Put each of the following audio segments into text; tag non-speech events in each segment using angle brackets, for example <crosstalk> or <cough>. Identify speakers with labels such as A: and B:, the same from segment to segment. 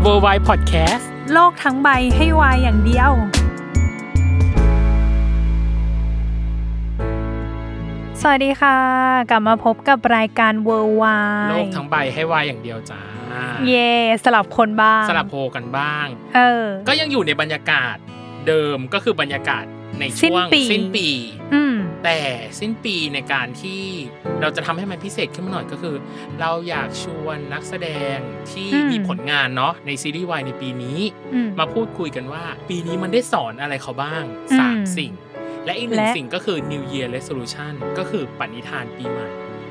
A: เวอร์ไวพอดแคสต์
B: โลกทั้งใบให้วายอย่างเดียว สวัสดีค่ะ กลับมาพบกับรายการเวอร์วา
A: โล
B: ย
A: กทั้งใบให้วายอย่างเดียวจ้า
B: เย่สลับคนบ้าง
A: สลับโฮกันบ้าง
B: เออ
A: ก็ยังอยู่ในบรรยากาศเดิมก็คือบรรยากาศใน
B: สิ้
A: ช่
B: น
A: วง
B: ปี
A: สิ้นปี
B: อืม
A: แต่สิ้นปีในการที่เราจะทำให้มันพิเศษขึ้นมาหน่อยก็คือ เราอยากชวนนักแสดงที่
B: อืม
A: มีผลงานเนาะในซีรีส์วายในปีนี้
B: อืม
A: มาพูดคุยกันว่า ปีนี้มันได้สอนอะไรเขาบ้าง
B: อืม
A: สามสิ่ง และอีกหนึ่ง
B: และ
A: สิ่งก็คือ New Year Resolution ก็คือปณิธานปีใหม่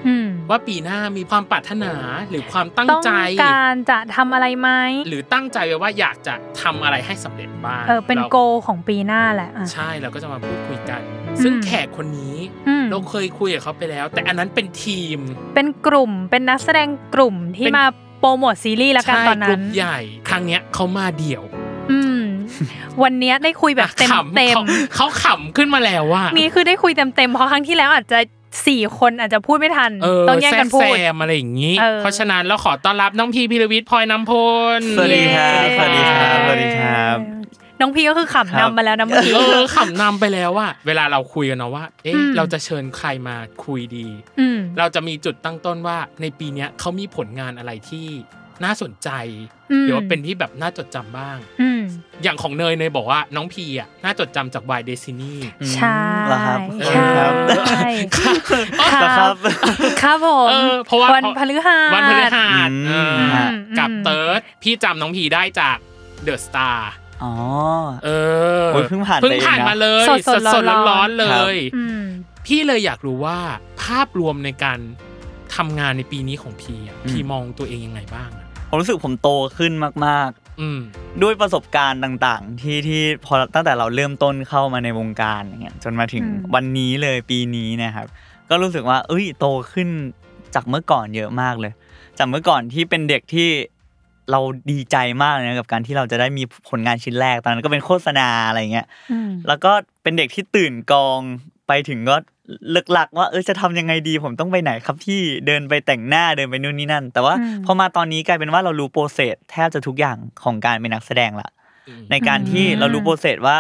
B: อืม
A: ว่าปีหน้ามีความปรารถนาหรือความตั้ง
B: ต้อง
A: ใจ
B: การจะทำอะไรไหม
A: หรือตั้งใจไว้ว่าอยากจะทำอะไรให้สำเร็จบ้าง
B: เออเป็น
A: รา
B: โกของปีหน้าแหละอ่ะ
A: ใช่เราก็จะมาพูดคุยกัน
B: อืม
A: ซึ่งแขกคนนี้
B: อืม
A: เราเคยคุยกับเขาไปแล้ว แต่อันนั้นเป็นทีม
B: เป็นกลุ่มเป็นนักแสดงกลุ่มที่
A: เป็น
B: มาโปรโมทซีรีส์ละกัน
A: ใช่
B: ตอน
A: ก
B: นั้
A: ลุ่
B: น
A: มใหญ่ครั้งเนี้ยเขามาเดี่ยว
B: อืม วันเนี้ยได้คุยแบบเต็ม
A: ขำ
B: เต็ม
A: ขาเขาขำขึ้นมาแล้วว่า
B: นี่คือได้คุยเต็มๆ เพราะครั้งที่แล้วอาจจะสี่คนอาจจะพูดไม่ทัน
A: เออ
B: ต้องแย่งกันพู
A: แซ
B: ด
A: มๆอะไรอย่างนี้
B: เออ
A: เพราะฉะนั้นเราขอต้อนรับน้องพีพิรวิทย์พลอยน้ำพล
C: สวัสดีครับสวัสดีครับสวัสดีครับ
B: น้องพี่ก็คือขำนำมาแล้วนะเมื่อกี้
A: เออขำนำไปแล้วว่า เวลาเราคุยกันเนาะว่า เอ๊ะ
B: อืม
A: เราจะเชิญใครมาคุยดี
B: อืม
A: เราจะมีจุดตั้งต้นว่าในปีเนี้ยเขามีผลงานอะไรที่น่าสนใจ
B: อืม
A: หรือว่าเป็นที่แบบน่าจดจำบ้าง
B: อืม
A: อย่างของเนยเนยบอกว่าน้องพีอ่ะน่าจดจำจาก By Destiny
B: ใช่
C: เหรอครับ
B: ใช่
C: ครับ
B: ค
C: เหรอครั
B: รับ ครับผม
A: เออเพราะว่า
B: วันพฤหัส
A: วันพฤหัส
C: อืม
A: เออ
B: ฮะ
A: กับ
B: อืม
A: เติร์ดพี่จำน้องพีได้จากเดอะสตาร์
C: อ๋อ
A: เออ
C: โอ้ยเพิ่งผ่านไป
A: เพิ่งผ่าน
C: เองนะ
A: มาเลย
B: สดๆ
A: ๆ
B: ร้
A: ร้อ
B: อน น
A: ๆเลย
B: อืม
A: พี่เลยอยากรู้ว่าภาพรวมในการทำงานในปีนี้ของพีอ่ะ
C: อืม
A: พีมองตัวเองยังไงบ้างอะ
C: ผมรู้สึกผมโตขึ้นมาก
A: อืม
C: ๆ ด้วยประสบการณ์ต่างๆ ที่ที่พอตั้งแต่เราเริ่มต้นเข้ามาในวงการอย่างเงี้ยจนมาถึง
B: อืม
C: วันนี้เลยปีนี้นะครับ ก็รู้สึกว่าเอ้ยโตขึ้นจากเมื่อก่อนเยอะมากเลย จากเมื่อก่อนที่เป็นเด็กที่เราดีใจมากเลยนะกับการที่เราจะได้มีผลงานชิ้นแรกตอนนั้นก็เป็นโฆษณาอะไรเงี้ย
B: อืม
C: แล้วก็เป็นเด็กที่ตื่นกองไปถึงก็เลิกหลักว่าเออจะทำยังไงดีผมต้องไปไหนครับพี่เดินไปแต่งหน้าเดินไปนู่นนี่นั่น แต่ว่า
B: อืม
C: พอมาตอนนี้กลายเป็นว่าเรารู้โปรเซสแทบจะทุกอย่างของการเป็นนักแสดงละ
A: อืม
C: ในการที่
B: อืม
C: เรารู้โปรเซสว่า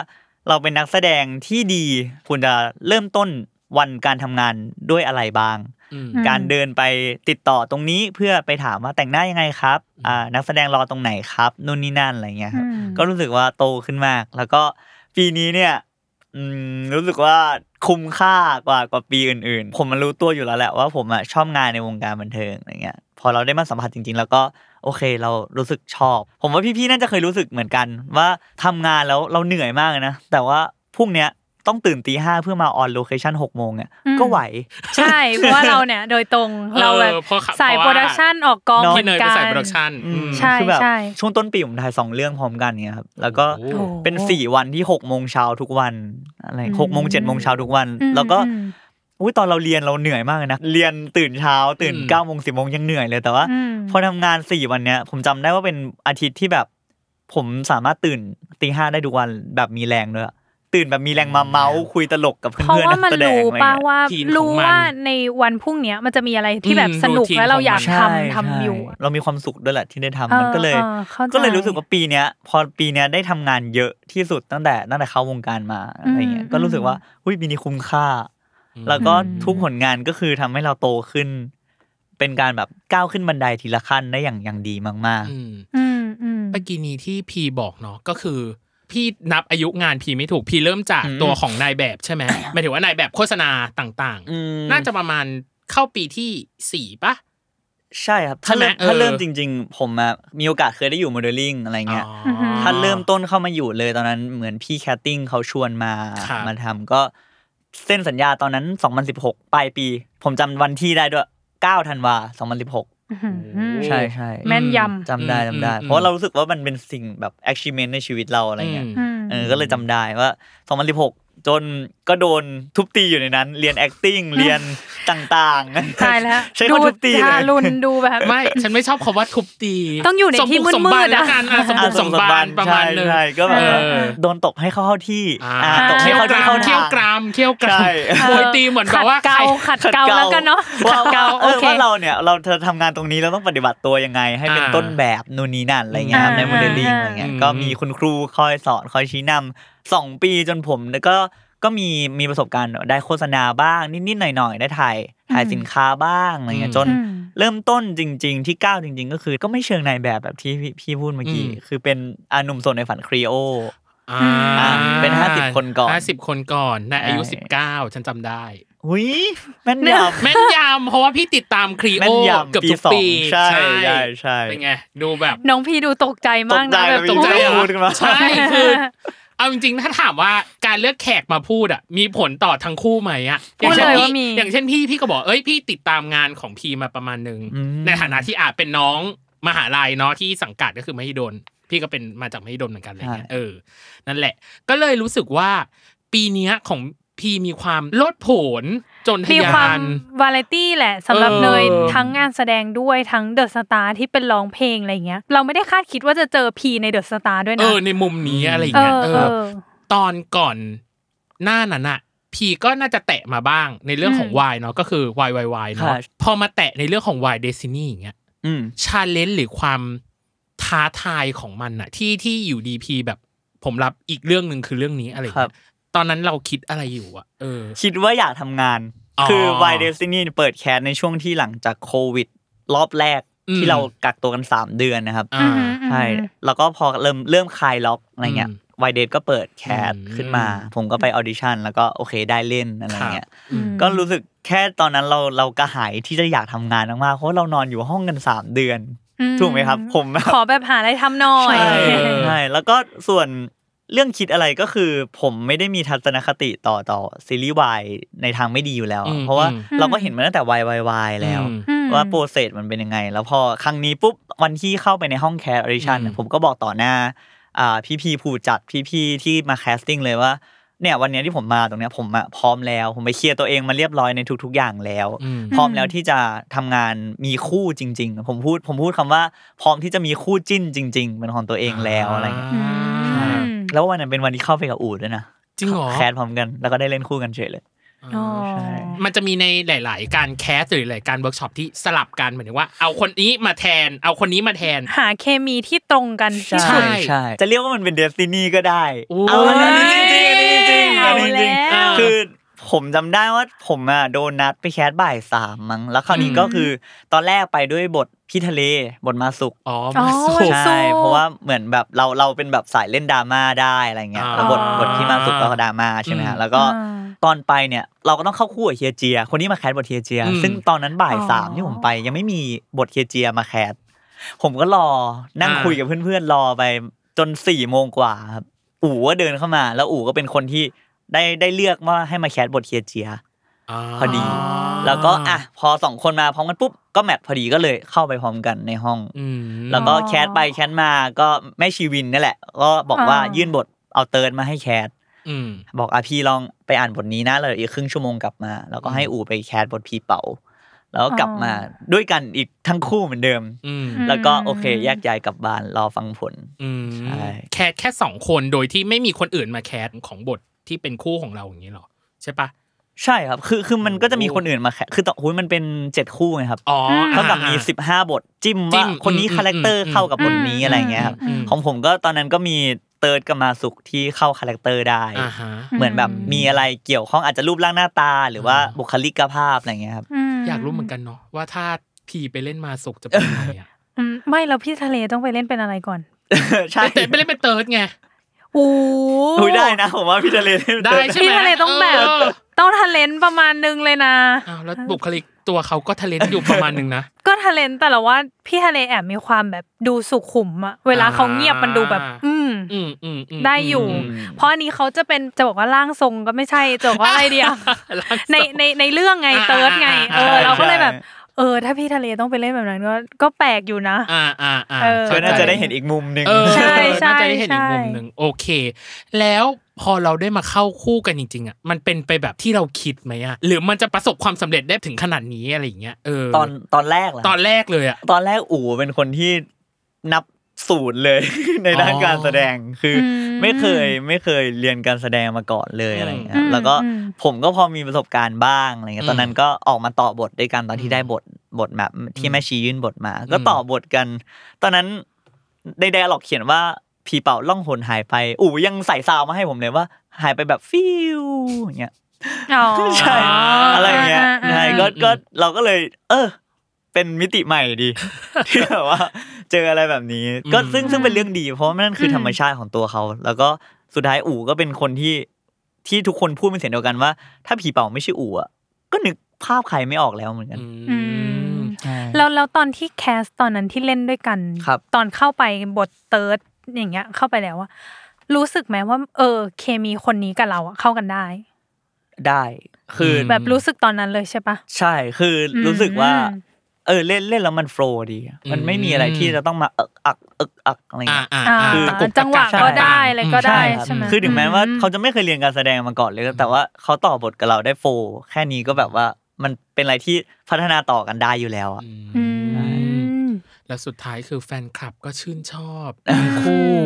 C: เราเป็นนักแสดงที่ดีควรจะเริ่มต้นวันการทำงานด้วยอะไรบ้าง
A: อืม
B: อืม
C: การเดินไปติดต่อตรงนี้เพื่อไปถามว่าแต่งหน้ายังไงครับอ่านักแสดงรอตรงไหนครับนู่นนี่นั่นอะไรอย่างเงี้ยครับ
B: อืม
C: ก็รู้สึกว่าโตขึ้นมาก แล้วก็ปีนี้เนี่ยอืมรู้สึกว่าคุ้มค่ากว่ากว่าปีอื่น ๆ ผมมันรู้ตัวอยู่แล้วแหละว่าผมอะชอบงานในวงการบันเทิงอะไรเงี้ย พอเราได้มาสัมผัสจริง ๆ แล้วก็โอเคเรารู้สึกชอบ ผมว่าพี่ๆน่าจะเคยรู้สึกเหมือนกัน ว่าทำงานแล้วเราเหนื่อยมากเลยนะ แต่ว่าพรุ่งเนี้ยต้องตื่นตีห้าเพื่อมาออนโลเคชั่นหกโมงเนี่ย
B: อืม
C: ก็ไหว
B: ใช่ เพราะว่าเราเนี่ยโดยตรง
A: เออ
B: เราแบบ
A: เพราะเขา
B: สาย
A: เพราะว่า
B: โปรดักชันออกกอง
C: น้อง
B: เห
A: พี่
B: มือน
A: เนย
B: กั
A: เป็น
B: น
A: สายโปรดักชัน
C: อืม
B: ใช่
C: คือแบบ
B: ใช่
C: ช่วงต้นปีผมถ่ายสองเรื่องพร้อมกันเนี่ยครับแล้วก็
A: โอ้โห
B: โอ้
C: เป็นสี่วันที่หกโมงเช้าทุกวันอะไร
B: อืม
C: หกโมงเจ็ดโมงเช้าทุกวัน
B: อืม
C: แล้วก็
B: อืม
C: อุ้ยตอนเราเรียนเราเหนื่อยมากเลยนะเรียนตื่นเช้าตื่น
A: อืม
C: เก้าโมงสิบโมงยังเหนื่อยเลยแต่ว่า
B: อืม
C: พอทำงานสี่วันเนี้ย ผมจำได้ว่าเป็นอาทิตย์ที่แบบ ผมสามารถตื่นตีห้าได้ทุกวันแบบมีแรงด้วย ตื่นแบบมีแรงมาเมาส์คุยตลกกับ
B: เพราะ
C: เพื่อนๆ
B: ว่า
C: นัก
B: มัน
C: แสดง
B: รู้
C: อะไร
B: ป่ะ
C: เงี้ย
B: ว่า
A: ทีมของมัน
B: รู้ว่าในวันพรุ่งเนี้ยมันจะมีอะไรที่แบบ
A: อืม
B: สนุก
A: รูทีน
B: และเราอยาก
A: ของมัน
C: ใช่
B: ทำทำอยู่อะ
C: ใช่เรามีความสุขด้วยแหละที่ได้ทำ
B: เออ
C: มันก็เลย
B: เออเข้าใจ
C: ก็เลยรู้สึกว่าปีเนี้ย พอปีเนี้ยได้ทำงานเยอะที่สุดตั้งแต่ตั้งแต่เข้าวงการมาอะไรเงี้ย
B: อืม
C: ก็รู้สึกว่าอุ้ยปีนี้คุ้มค่า
A: อืม
C: แล้วก็
B: อืม
C: ทุกผลงานก็คือทำให้เราโตขึ้น เป็นการแบบก้าวขึ้นบันไดทีละขั้นได้อย่างอย่างดีมาก
A: อืม
B: อืมอืม
A: เมื่อกี้นี้ที่พีบอกเนาะก็คือ พี่นับอายุงานพีไม่ถูกพีเริ่มจาก
C: อืม
A: ตัวของนายแบบ
C: <coughs>
A: ใช่ไหมหมายถึงว่านายแบบโฆษณาต่าง
C: ๆอืม
A: ๆ น่าจะประมาณเข้าปีที่สี่ปะ
C: ใช่ครับถ้าเริ่ม
A: ใช่ไหมเออ
C: ถ้าเริ่มจริง ๆ ผมอะมีโอกาสเคยได้อยู่โมเดลลิ่งอะไรเงี้ย
A: อ๋อ
B: ม
C: ถ้าเริ่มต้นเข้ามาอยู่เลยตอนนั้นเหมือนพี่แคทติ้งเขาชวนมา
A: ครับ
C: มาทำก็เส้นสัญญาตอนนั้น 2016 ปลายปี ผมจำวันที่ได้ด้วย 9 ธันวา 2016
B: อื้อหือ
C: ใช่ใช่
B: แม่นยำ
C: จำได้จำได้
A: อืมอืม
C: เพราะว่าเรารู้สึกว่ามันเป็นสิ่งแบบ achievement ในชีวิตเราอะไรเงี้ย
A: อืม
B: ม
C: เออก็เลยจำได้ว่า 2016 จนก็โดนทุบตีอยู่ในนั้น เรียน acting เรียนต่างๆ
B: ตายแล้ว
C: ใช้คำทุบตีเลย
B: ทารุนดูแบบ
A: ไม่ ฉันไม่ชอบคำว่าทุบตี
B: ต้องอยู่ในที่มืดๆ
A: สบุกสบัน
B: อะ
A: แล้วกัน
B: <laughs>
A: อ่ะสมบุกสมบันประมาณหนึง
C: ใช่ใช่ก็แบบว่า
A: เออ
C: โดนตกให้เข้าที่
A: อ่า
C: อ่าตกให้
A: เคี่ยว
C: เข้าก
A: รามเคี่
C: ที่เข้าทาง
A: ยวกรามเคี่ยวกราม
C: ใช่
A: โอยตีเหมือนแบบว่า
B: ขัดเกลา
A: ใคร
B: ขัดเกลาแล้วกันเนาะขั
C: ว่า
B: ดเกลา
C: เอ
B: โอ
C: อ
B: เค
C: ว่าเราเนี่ยเราจะทำงานตรงนี้เราต้องปฏิบัติตัวยังไง ให้เป็น
A: อ่า
C: ต้นแบบนู่นนี่นั่นอะไรเงี้ยครับ
B: อ่า
C: ในโมเดลลิ่ง
B: อ่า
C: อะไรเงี้ย
A: อืม
C: ก็มีคุณครูคอยสอนคอยชี้นำสองปีจนผมแล้วก็ก็มีมีประสบการณ์ได้โฆษณาบ้างนิดๆหน่อยๆได้ถ่ายถ่ายสินค้าบ้างอะไรเงี้ยจน
B: อืม
C: เริ่มต้นจริง ๆ ที่ก้าวจริง ๆ ก็คือ ก็ไม่เชิงนายแบบแบบที่พี่พี่พูดเมื่อกี้
A: อืม
C: คือเป็นอาหนุ่มโสดในฝันครีโอ
A: อ่า
C: อ่าเป็น50คนก่อน
A: ห้าสิบคนก่อนในอายุ
C: ใช่
A: สิบเก้าฉันจำได้
C: หุ้ยแม่นยำ
A: แม่นยำเพราะว่าพี่ติดตามครี
C: แม่
A: โอน
C: ยำ
A: เกือบทุก
C: ปีสอง
A: ปี
C: ใช่ใช่ใช่
A: เป็นไง ดูแบบ
B: น้องพีดูตกใจมากนะแบบ
C: ต
A: ต
C: ก
A: ก
C: ใจ
A: ใจ
C: อะ
A: อะ
C: พูดกันมา
A: ใช่คือเอาจริงๆ ถ้าถามว่าการเลือกแขกมาพูดอ่ะมีผลต่อทั้งคู่ไหมอ่ะ
B: พูดเลยว่ามี
A: อย่างเช่นพี่พี่ก็บอกเอ้ยพี่ติดตามงานของพีมาประมาณหนึ่ง
C: อืม
A: ในฐานะที่อาจเป็นน้องมหาลัยเนาะที่สังกัดก็คือมหิดลพี่ก็เป็นมาจากมหิดลเหมือนกันอะไรเงี้ยเออนั่นแหละ ก็เลยรู้สึกว่า ปีเนี้ยของพีมีความโลดโผนจนทะ
B: มี
A: ย
B: ความ
A: าน
B: วาไรตี้แหละสำหรับ
A: เออ
B: เนยทั้งงานแสดงด้วยทั้งเดอะสตาร์ที่เป็นร้องเพลงอะไรอย่างเงี้ย เราไม่ได้คาดคิดว่าจะเจอพีในเดอะสตาร์ด้วย
A: เอ
B: นะ
A: อในมุมนี้อะไรอย่าง
B: เอ
A: เงี้ย
B: อ
A: เอ
B: เอ
A: อ
B: อ
A: ตอนก่อนหน้านั้นอะพีก็น่าจะแตะมาบ้างในเรื่องของ
B: อืม
A: วายเนาะก็คือวายวายวายเนาะ
C: ค่ะ
A: พอมาแตะในเรื่องของวายเดซินี่อย่างเงี้ย
C: อืม
A: ชาเลนจ์หรือความท้าทายของมันอะที่ที่อยู่ดีพีแบบผมรับอีกเรื่องหนึ่งคือเรื่องนี้อะไรอย่าง
C: ครั
A: เงี้
C: บ
A: ยตอนนั้นเราคิดอะไรอยู่อะเออ
C: คิดว่าอยากทำงาน
A: อ๋อ
C: คือ Why Destiny เปิดแคสในช่วงที่หลังจากโควิด รอบแรก
A: อืม
C: ที่เรากักตัวกัน 3 เดือนนะครับ
A: อ่า
B: อืม
C: ใช่
B: อืม
C: แล้วก็พอเริ่มเริ่มคลายล็อกอะไรเงี้ย
A: อืม
C: Why d a t ก็เปิดแคส
A: อืม
C: ขึ้นมา ผมก็ไปออดิชั่นแล้วก็โอเคได้เล่นอะไรเงี้ย
A: อืม
B: ม
C: ก็รู้สึกแค่ตอนนั้นเราเรากระหายที่จะอยากทำงานมากๆเพราะเรานอนอยู่ห้องกัน 3 เดือน
B: อื
C: ถูกไหมครับผมแบบ
B: ขอแบบหาอะไรทำหน่อย
C: ใช่
A: เออ
C: ใช่แล้วก็ส่วนเรื่องคิดอะไรก็คือ ผมไม่ได้มีทัศนคติต่อต่อซีรีส์วายในทางไม่ดีอยู่แล้วอะ
A: อืม
C: เพราะว่า
A: อืม
C: เราก็เห็นมาตั้งแต่วายวายวายแล้ว
A: อืม
B: อืม
C: ว่าโปรเซสมันเป็นยังไง แล้วพอครั้งนี้ปุ๊บวันที่เข้าไปในห้องแคสออริชัน
A: อืม
C: ผมก็บอกต่อหน้าอ่าพี่พี่ๆผู้จัดพี่พี่ๆที่มาแคสติ้งเลยว่าเนี่ยวันเนี้ยที่ผมมาตรงเนี้ยผมอะพร้อมแล้ว ผมไปเคลียร์ตัวเองมาเรียบร้อยในทุก ๆ อย่างแล้ว
A: อืม
C: พร้อมแล้วที่จะทำงานมีคู่จริง ๆ ผมพูดผมพูดคำว่า พร้อมที่จะมีคู่จิ้นจริง ๆ เป็นของตัวเองแล้วอะไรเงี้ย
B: อื
A: ใช่
B: ม
C: แล้ววันนั้นเป็นวันที่เข้าไปกับอูดด้วยนะ
A: จริงเหรอ
C: แคสพร้อมกันแล้วก็ได้เล่นคู่กันเฉยเลย
A: อ๋อ
C: ใช่
A: มันจะมีในหลาย ๆ การแคสหรือหลายการเวิร์กช็อปที่สลับกันเหมือนว่า เอาคนนี้มาแทน เอาคนนี้มาแทน
B: หาเคมีที่ตรงกันที่
A: ใช่
B: สุด
C: ใช่จะเรียกว่ามันเป็นเดสตินีก็ได้
A: โอ้ย
C: เอาอันนี้จริงๆอันนี้จริงๆอันนี้จริง
B: เอาแล้ว
C: ๆคือผมจำได้ว่าผมอ่ะโดนนัดไปแคสบ่ายสามมั้งแล้วคราวนี้ก็คือตอนแรกไปด้วยบทพี่ทะเลบทมาสุก
A: อ๋อ
B: อ๋อ
A: มาสู้
B: วันศุ
C: ใช่
B: กร์
C: เพราะว่าเหมือนแบบเราเราเป็นแบบสายเล่นดราม่าได้อะไรเงี้ย
A: อ่า
C: แล้วบทบทที่มาสุดก็ดราม่าใช่ไหม
A: อื
C: ฮะ
A: ม
C: แล้วก็
B: อ่า
C: ตอนไปเนี่ยเราก็ต้องเข้าคู่กับเฮียเจีย คนที่มาแคสบทเฮียเจีย
A: อืม
C: ซึ่งตอนนั้นบ่าย
B: อ๋อ
C: สามที่ผมไปยังไม่มีบทเฮียเจียมาแคสผมก็รอนั่งคุยกับเพื่อนๆรอไปจนสี่โมงกว่าครับอู๋ก็เดินเข้ามา แล้วอู๋ก็เป็นคนที่ได้ได้เลือกว่าให้มาแคสบทเฮียเจีย พอดี แล้วก็อ่ะพอสองคนมาพร้อมกันปุ๊บก็แมทพอดีก็เลยเข้าไปพร้อมกันในห้อง
A: อืม
C: แล้วก็แคสไปแคสมาก็แม่ชีวินนี่แหละ ก็บอกว่า
B: อ๋อ
C: ยื่นบทเอาเติร์ดมาให้แคส
A: อืม
C: บอกอ่ะพี่ลองไปอ่านบทนี้นะแล้วเดี๋ยวอีกครึ่งชั่วโมงกลับมา แล้วก็ให้อู่ไปแคสบทพี่เป่า แล้วก็กลับมาด้วยกันอีกทั้งคู่เหมือนเดิม
A: อืม
C: แล้วก็โอเคแยกย้ายกลับบ้านรอฟังผล
A: อืม
C: ใช่
A: แคสแค่สองคนโดยที่ไม่มีคนอื่นมาแคสของบท ที่เป็นคู่ของเราอย่างนี้หรอ ใช่ปะ
C: ใช่ครับ คือคือมันก็จะมี
A: โอ้
C: คนอื่นมาแค่คือต่อหุ้ยมันเป็นเจ็ดคู่ไงครับ
A: อ๋อ
B: ม
A: อ่า
C: เท่ากับมีสิบห้าบทจิ้ม
A: จิ้
C: ว่าม คนนี้
A: อืม
C: คาแรคเตอร์
A: อืม
C: เข้ากับบทนี้
B: อืม
C: อะไรอย่างเงี้ยครับ
A: อืม
C: ของผมก็ตอนนั้นก็มีเติร์ดกับมาสุขที่เข้าคาแรคเตอร์ได้
A: อ่าฮะ
C: เหมือนแบบมีอะไรเกี่ยวข้องอาจจะรูปร่างหน้าตาหรือว่า
A: อ่า
C: บุคลิกภาพอะไรอย่างเงี้ยครับ <laughs>
B: ม
A: อยากรู้เหมือนกันเนาะว่าถ้าพีไปเล่นมาสุกจะเป็นยังไงอ่ะ
B: อืมไม่แล้วพี่ทะเลต้องไปเล่นเป็นอะไรก่อน
C: ใช่
A: แต่ไปเล่นเป็นเติร์ดไง
B: โอ้
C: อุยได้นะผมว่าพี่ทะเลเล่น
A: ได้
C: เติร์ด
A: ใช่ไหม
B: พี่ทะเลต้องแบบ
A: เออ
B: ต้องทะเลนประมาณนึงเลยนะ
A: อ้าวแล้วบุคลิกตัวเขาก็ทะเลนอยู่ประมาณหนึงนะ
B: ก็ทะเลนแต่ละว่าพี่ทะเลแอบมีความแบบดูสุขุมอะเวลาเขาเงียบมันดูแบบ
A: อ่า
B: อืม
A: อืมอืมม
B: ได้อยู่
A: ม
B: เพราะอันนี้เขาจะเป็นจะบอกว่าร่างทรงก็ไม่ใช่จะบอกว่าอะไรเดียว
A: <laughs> ร่างทรง
B: ในในในเรื่องไง
A: อ่า
B: เติร์ดไง เออ
A: อ่า
B: เราก็เลยแบบ
C: ใช่
B: เออ ถ้าพี่ทะเลต้องไปเล่นแบบนั้นก็ก็แปลกอยู่นะ
A: อ่าอ่าอ่า
B: เออ
C: ก็น่าจะได้เห็นอีกมุมหนึ่ง
A: เออ
B: ใช่ใช่
A: น่าจะได้เห็นอีกมุมหนึ่งโอเค แล้วพอเราได้มาเข้าคู่กันจริงๆอ่ะมันเป็นไปแบบที่เราคิดไหมอ่ะหรือมันจะประสบความสำเร็จได้ถึงขนาดนี้อะไรอย่างเงี้ยเออ
C: ตอนตอนแรกเหรอ
A: ตอนแรกเลยอ่ะ
C: ตอนแรกอู๋เป็นคนที่นับศูนย์เลย <laughs> ในด้าน
A: อ๋อ
C: การแสดงคืออ
B: ม
C: ไม่เคยไม่เคยเรียนการแสดงมาก่อนเลย
A: อืม
C: อะไรอย่างเงี้
B: อื
C: ย
B: ม
C: แล้วก็
B: อืม
C: ผมก็พอมีประสบการณ์บ้างอะไรเงี้
A: อื
C: ย
A: ม
C: ตอนนั้นก็ออกมาต่อบทด้วยกันตอน
A: อื
C: ที่
A: ม
C: ได้บทบทแบบที่แม่ชียื่นบทมา
A: อืม
C: ก็ต่อบทกัน ตอนนั้นในไดอะล็อกเขียนว่าผีเป่าล่องหนหายไปอู๋ยังใส่ซาวมาให้ผมเลยว่า หายไปแบบฟิวอย่างเงี้ย
B: อ๋อ
C: ใช่อะไรเงี้ย
B: อ่าอ่าอ่า
C: ใช่ก็ก็เราก็เลย เออ เป็นมิติใหม่ดี <laughs> ที่แบบว่า เจออะไรแบบนี้ ก็
A: อืม
C: ซึ่งซึ่งเป็นเรื่องดี เพราะว่านั่นคืออ
B: ม
C: ธรรมชาติของตัวเขา แล้วก็สุดท้ายอู่ก็เป็นคนที่ที่ทุกคนพูดเป็นเสียงเดียวกันว่า ถ้าผีเป่าไม่ใช่อู่อะก็นึกภาพใครไม่ออกแล้วเหมือนกัน
A: อื
B: อื
A: ม
B: ม
C: ใช่
B: แล้วแล้วตอนที่แคสตอนนั้นที่เล่นด้วยกัน
C: ครับ
B: ตอนเข้าไปบทเติร์ดอย่างเงี้ย เข้าไปแล้วว่า รู้สึกไหมว่า เออ เคมีคนนี้กับเราอะเข้ากันได้
C: ได้คืออ
B: แบบรู้สึกตอนนั้นเลยใช่ปะ
C: ใช่คืออ
B: ม
C: รู้สึกว่า เออเล่นเล่นแล้วมันโฟล์ดี มันไม่มีอะไรที่จะต้องมาเอิกอักเอิกอักอะไร
A: อ่า
C: เงี้ย
A: อ่า
B: อ่า
A: อ่า
C: คือ
A: ตะกุกตะกัก
B: จังหวะ
A: ใช่
B: ก็ได้อะไรก็ได้
C: ครับ
B: ใช่ไหม
C: คือถึงแม้ว่า
B: อื
C: เขาจะไม่เคยเรียนการแสดงมาก่อนเลย แต่ว่าเขาต่อบทกับเราได้โฟร์แค่นี้ก็แบบว่ามันเป็นอะไรที่พัฒนาต่อกันได้อยู่แล้วอะ
A: อืม
B: อืม
A: แล้วสุดท้ายคือแฟนคลับก็ชื่นชอบทั้งคู่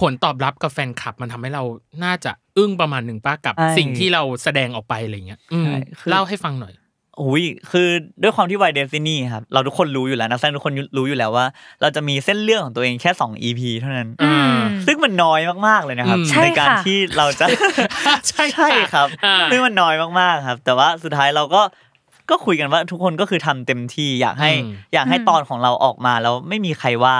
A: ผลตอบรับกับแฟนคลับมันทำให้เราน่าจะอึ้งประมาณหนึ่งป้ากับ
C: ใช่
A: สิ่งที่เราแสดงออกไปอะไรเงี้ยอืม
C: ใช่คือ
A: เล่าให้ฟังหน่อย
C: อุ้ยคือด้วยความที่วายเดซินี่ครับเราทุกคนรู้อยู่แล้วนักแสดงทุกคนรู้อยู่แล้วว่า เราจะมีเส้นเรื่องของตัวเองแค่ 2 EP เท่านั้น
A: อืม
C: ซึ่งมันน้อยมากๆเลยนะครับ
A: อืม
B: ใช่
C: ในการ
B: ค่ะ
C: ที่เราจะ
A: ใช่
C: ใช่ครับ
A: อ่า
C: ซึ่งมันน้อยมากๆครับ แต่ว่าสุดท้ายเราก็ก็คุยกันว่าทุกคนก็คือทำเต็มที่อยากให้
A: อืม
C: อยากให้
B: อืม
C: ตอนของเราออกมาแล้วไม่มีใครว่า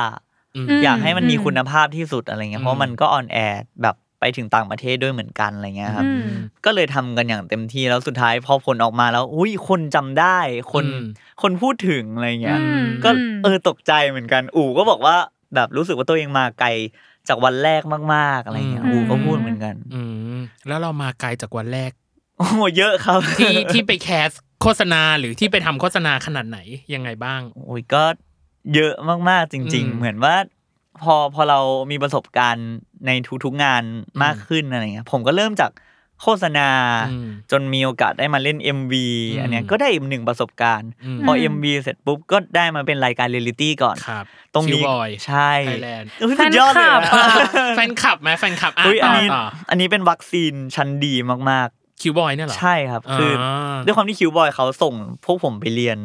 A: ม
B: ม
C: อยากให้มัน
B: อื
C: มี
B: ม
C: คุณภาพที่สุดอะไรเงี้ยเพ
A: อื
C: ราะ
A: ม
C: มันก็ออนแอร์แบบไปถึงต่างประเทศด้วยเหมือนกันอะไรเงี้ยครับ
B: อืม
C: ก็เลยทำกันอย่างเต็มที่แล้วสุดท้ายพอผลออกมาแล้วอุ้ยคนจำได้คน
A: อืม
C: คนพูดถึงอะไรเงี้ย
B: อืม
C: ก็
B: อืม
C: เออตกใจเหมือนกัน อู๋ก็บอกว่าแบบรู้สึกว่าตัวเองมาไกลจากวันแรกมาก ๆอะไรเงี้ย
A: อืม
C: อู๋ก็พูดเหมือนกัน
A: อืมแล้วเรามาไกลจากวันแรก <laughs>
C: โอ้โหเยอะครับ
A: ที่ที่ไปแคสโฆษณาหรือที่ไปทำโฆษณาขนาดไหนยังไงบ้าง
C: โอ้ยก็เยอะมากๆจริง
A: อืม
C: ๆ เหมือนว่า พอพอเรามีประสบการณ์ในทุกๆงานมาก
A: อืม
C: ขึ้นอะไรเงี้ยผมก็เริ่มจากโฆษณา
A: อืม
C: จนมีโอกาสได้มาเล่น MV
A: อืม
C: อันเนี้ยก็ได้อีกหนึ่งประสบการณ์
A: อืม
C: พอ
B: ม
C: MV เสร็จปุ๊บก็ได้มาเป็นรายการเรียลลิตี้ก่อน
A: ครับ
C: ตรงนี้
A: บอย
C: ใช่
A: ไทยแลนด์
C: เอ้ยสุดยอดเลยอะ
B: แฟนคลั
A: <laughs> แฟนคลั
B: บอะ
A: บไหมแฟนคลับอ่ะ
C: อุ้ยอั
A: ต่อ
C: นนี้
A: ต่อ
C: อันนี้เป็นวัคซีนชั้นดีมาก
A: คิวบอยเนี่ยเหรอ
C: ๆ ใช่ครับ
A: า
C: คือด้วยความที่คิวบอยเขาส่งพวกผมไปเรียน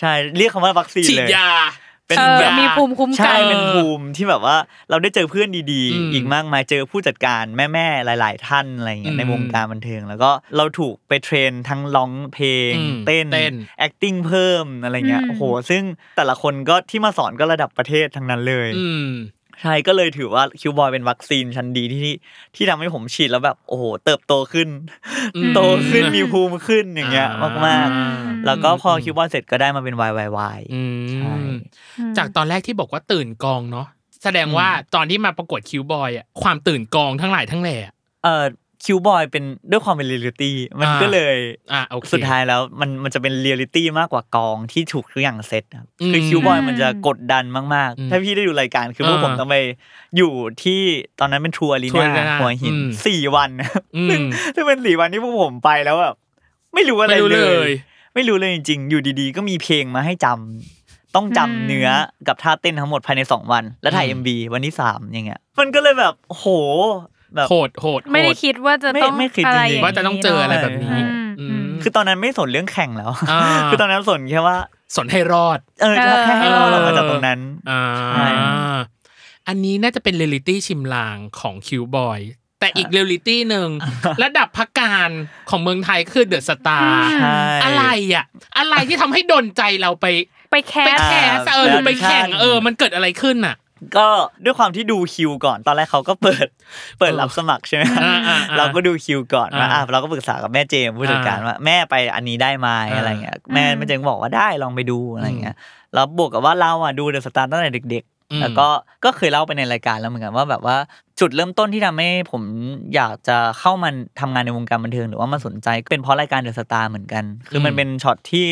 C: ใช่เรียกคำว่าวัคซีน
A: ฉีด
C: เลย
A: ยา
C: เป็น
B: เออ
C: แบบ
B: มีภูมิคุ้มกั
C: ใช่
B: น
C: เป็นภูมิที่แบบว่าเราได้เจอเพื่อนดี
A: อืม
C: ๆ อีกมากมายเจอผู้จัดการแม่ๆหลาย ๆ ท่านอะไรอย่างเงี้
A: อื
C: ย
A: ม
C: ในวงการบันเทิง แล้วก็เราถูกไปเทรนทั้งร้องเพลง
A: อืม
C: เต้น
A: เต้น
C: acting เพิ่มอะไรเงี้ย
B: อืม
C: โอ้โหซึ่งแต่ละคนก็ที่มาสอนก็ระดับประเทศทั้งนั้นเลย
A: อืม
C: ใช่ก็เลยถือว่าคิวบอยเป็นวัคซีนชั้นดีที่ที่ทำให้ผมฉีดแล้วแบบโอ้โหเติบโตขึ้น
A: อืม
C: โตขึ้นมีภูมิขึ้นอย่างเงี้ย
A: อ่
C: มากๆ แล้วก็พอ
A: ม
C: คิวบอยเสร็จก็ได้มาเป็นวายวายวาย
A: อืม
C: ใช่
A: จากตอนแรกที่บอกว่าตื่นกองเนาะแสดงว่าตอนที่มาประกวดคิวบอยอะความตื่นกองทั้งหลายทั้งแหล่อะ
C: เอ่อคิวบอยเป็นด้วยความเป็นเรียลลิตี้มัน
A: อ่า
C: ก็เลย
A: อ่ะโอเค
C: สุดท้ายแล้วมันมันจะเป็นเรียลลิตี้มากกว่ากองที่ถูกทุกอย่างเซตครับ
A: อืม
C: คือคิวบอยมันจะกดดันมาก
A: อืม
C: ๆ ถ้าพี่ได้ดูรายการคือพวก
A: อ่า
C: ผมต้องไปอยู่ที่ตอนนั้นเป็นทัวร์ลี
A: True Arena
C: นาหัวหิน
A: อืม
C: สี่วัน <laughs>
A: อืม
C: ซึ่งซึ่งเป็นสี่วันที่พวกผมไปแล้วแบบไม่รู้อะไร
A: ไม่รู้
C: เล
A: เลย ย
C: ไม่รู้เลยจริงๆ อยู่ดีๆ ก็มีเพลงมาให้จำต้อง
B: อื
C: จำ
B: ม
C: เนื้อกับท่าเต้นทั้งหมดภายใน 2 วัน แล้วถ่าย
A: อืม
C: MV วันที่ 3 อย่างเงี้ย มันก็เลยแบบโห แบบ
A: โหดโหด
B: ไม่ได้
A: โห
B: คิดว่าจะ
C: ไม่
B: ต้อง
C: ไม่คิด
B: อะไร
C: จริงๆ
B: ย่
A: ว่าจะต้องเจออะไรแบบนี้
B: อืมอืม
C: คือตอนนั้นไม่สนเรื่องแข่งแล้ว
A: อ่า
C: <laughs> คือตอนนั้นสนแค่ว่า
A: สนให้รอด
C: เออจะแค่ให้เรา
A: เออ
C: เรามาจากตรงนั้น
A: อ่า
C: ใช่
A: อันนี้น่าจะเป็นเรียลลิตี้ชิมลางของคิวบอย แต่อีกเรียลลิตี้
C: <laughs>
A: หนึ่งระดับพักการของเมืองไทยคือเดอะสตาร์
B: อืม
C: ใช่
A: อะไรอ่ะ อะไรที่ทำให้โดนใจเราไป
B: ไปแค
A: ไป
B: ส
A: แข่งเออหรือไปแข่งเออ มันเกิดอะไรขึ้นอ่ะ
C: ก็ด้วยความที่ดูคิวก่อน ตอนแรกเขาก็เปิด <laughs> เปิดรับสมัครใช่ไหม
A: อ่าอ่าอ่า
C: <laughs> เราก็ดูคิวก่อนว่า
A: อ่า
C: อ่ะเราก็ปรึกษากับแม่เจมส์ผู้จัดการว่าแม่ไปอันนี้ได้ไหม
A: อ่า
C: อะไรเงี้ยแม่
B: อืม
C: แม่เจมส์ก็บอกว่าได้ลองไปดูอะไรเงี้ยแล้วบวกกับว่าเราอ่ะดูเดอะสตาร์ตั้งแต่เด็ก
A: อื
C: ๆ
A: ม
C: แล้วก็ก็เคยเล่าไปในรายการแล้วเหมือนกันว่าแบบว่าจุดเริ่มต้นที่ทำให้ผมอยากจะเข้ามาทำงานในวงการบันเทิงหรือว่ามาสนใจเป็นเพราะรายการเดอะสตาร์เหมือนกัน คือมั
A: อื
C: น
A: ม
C: เป็นช็อตที่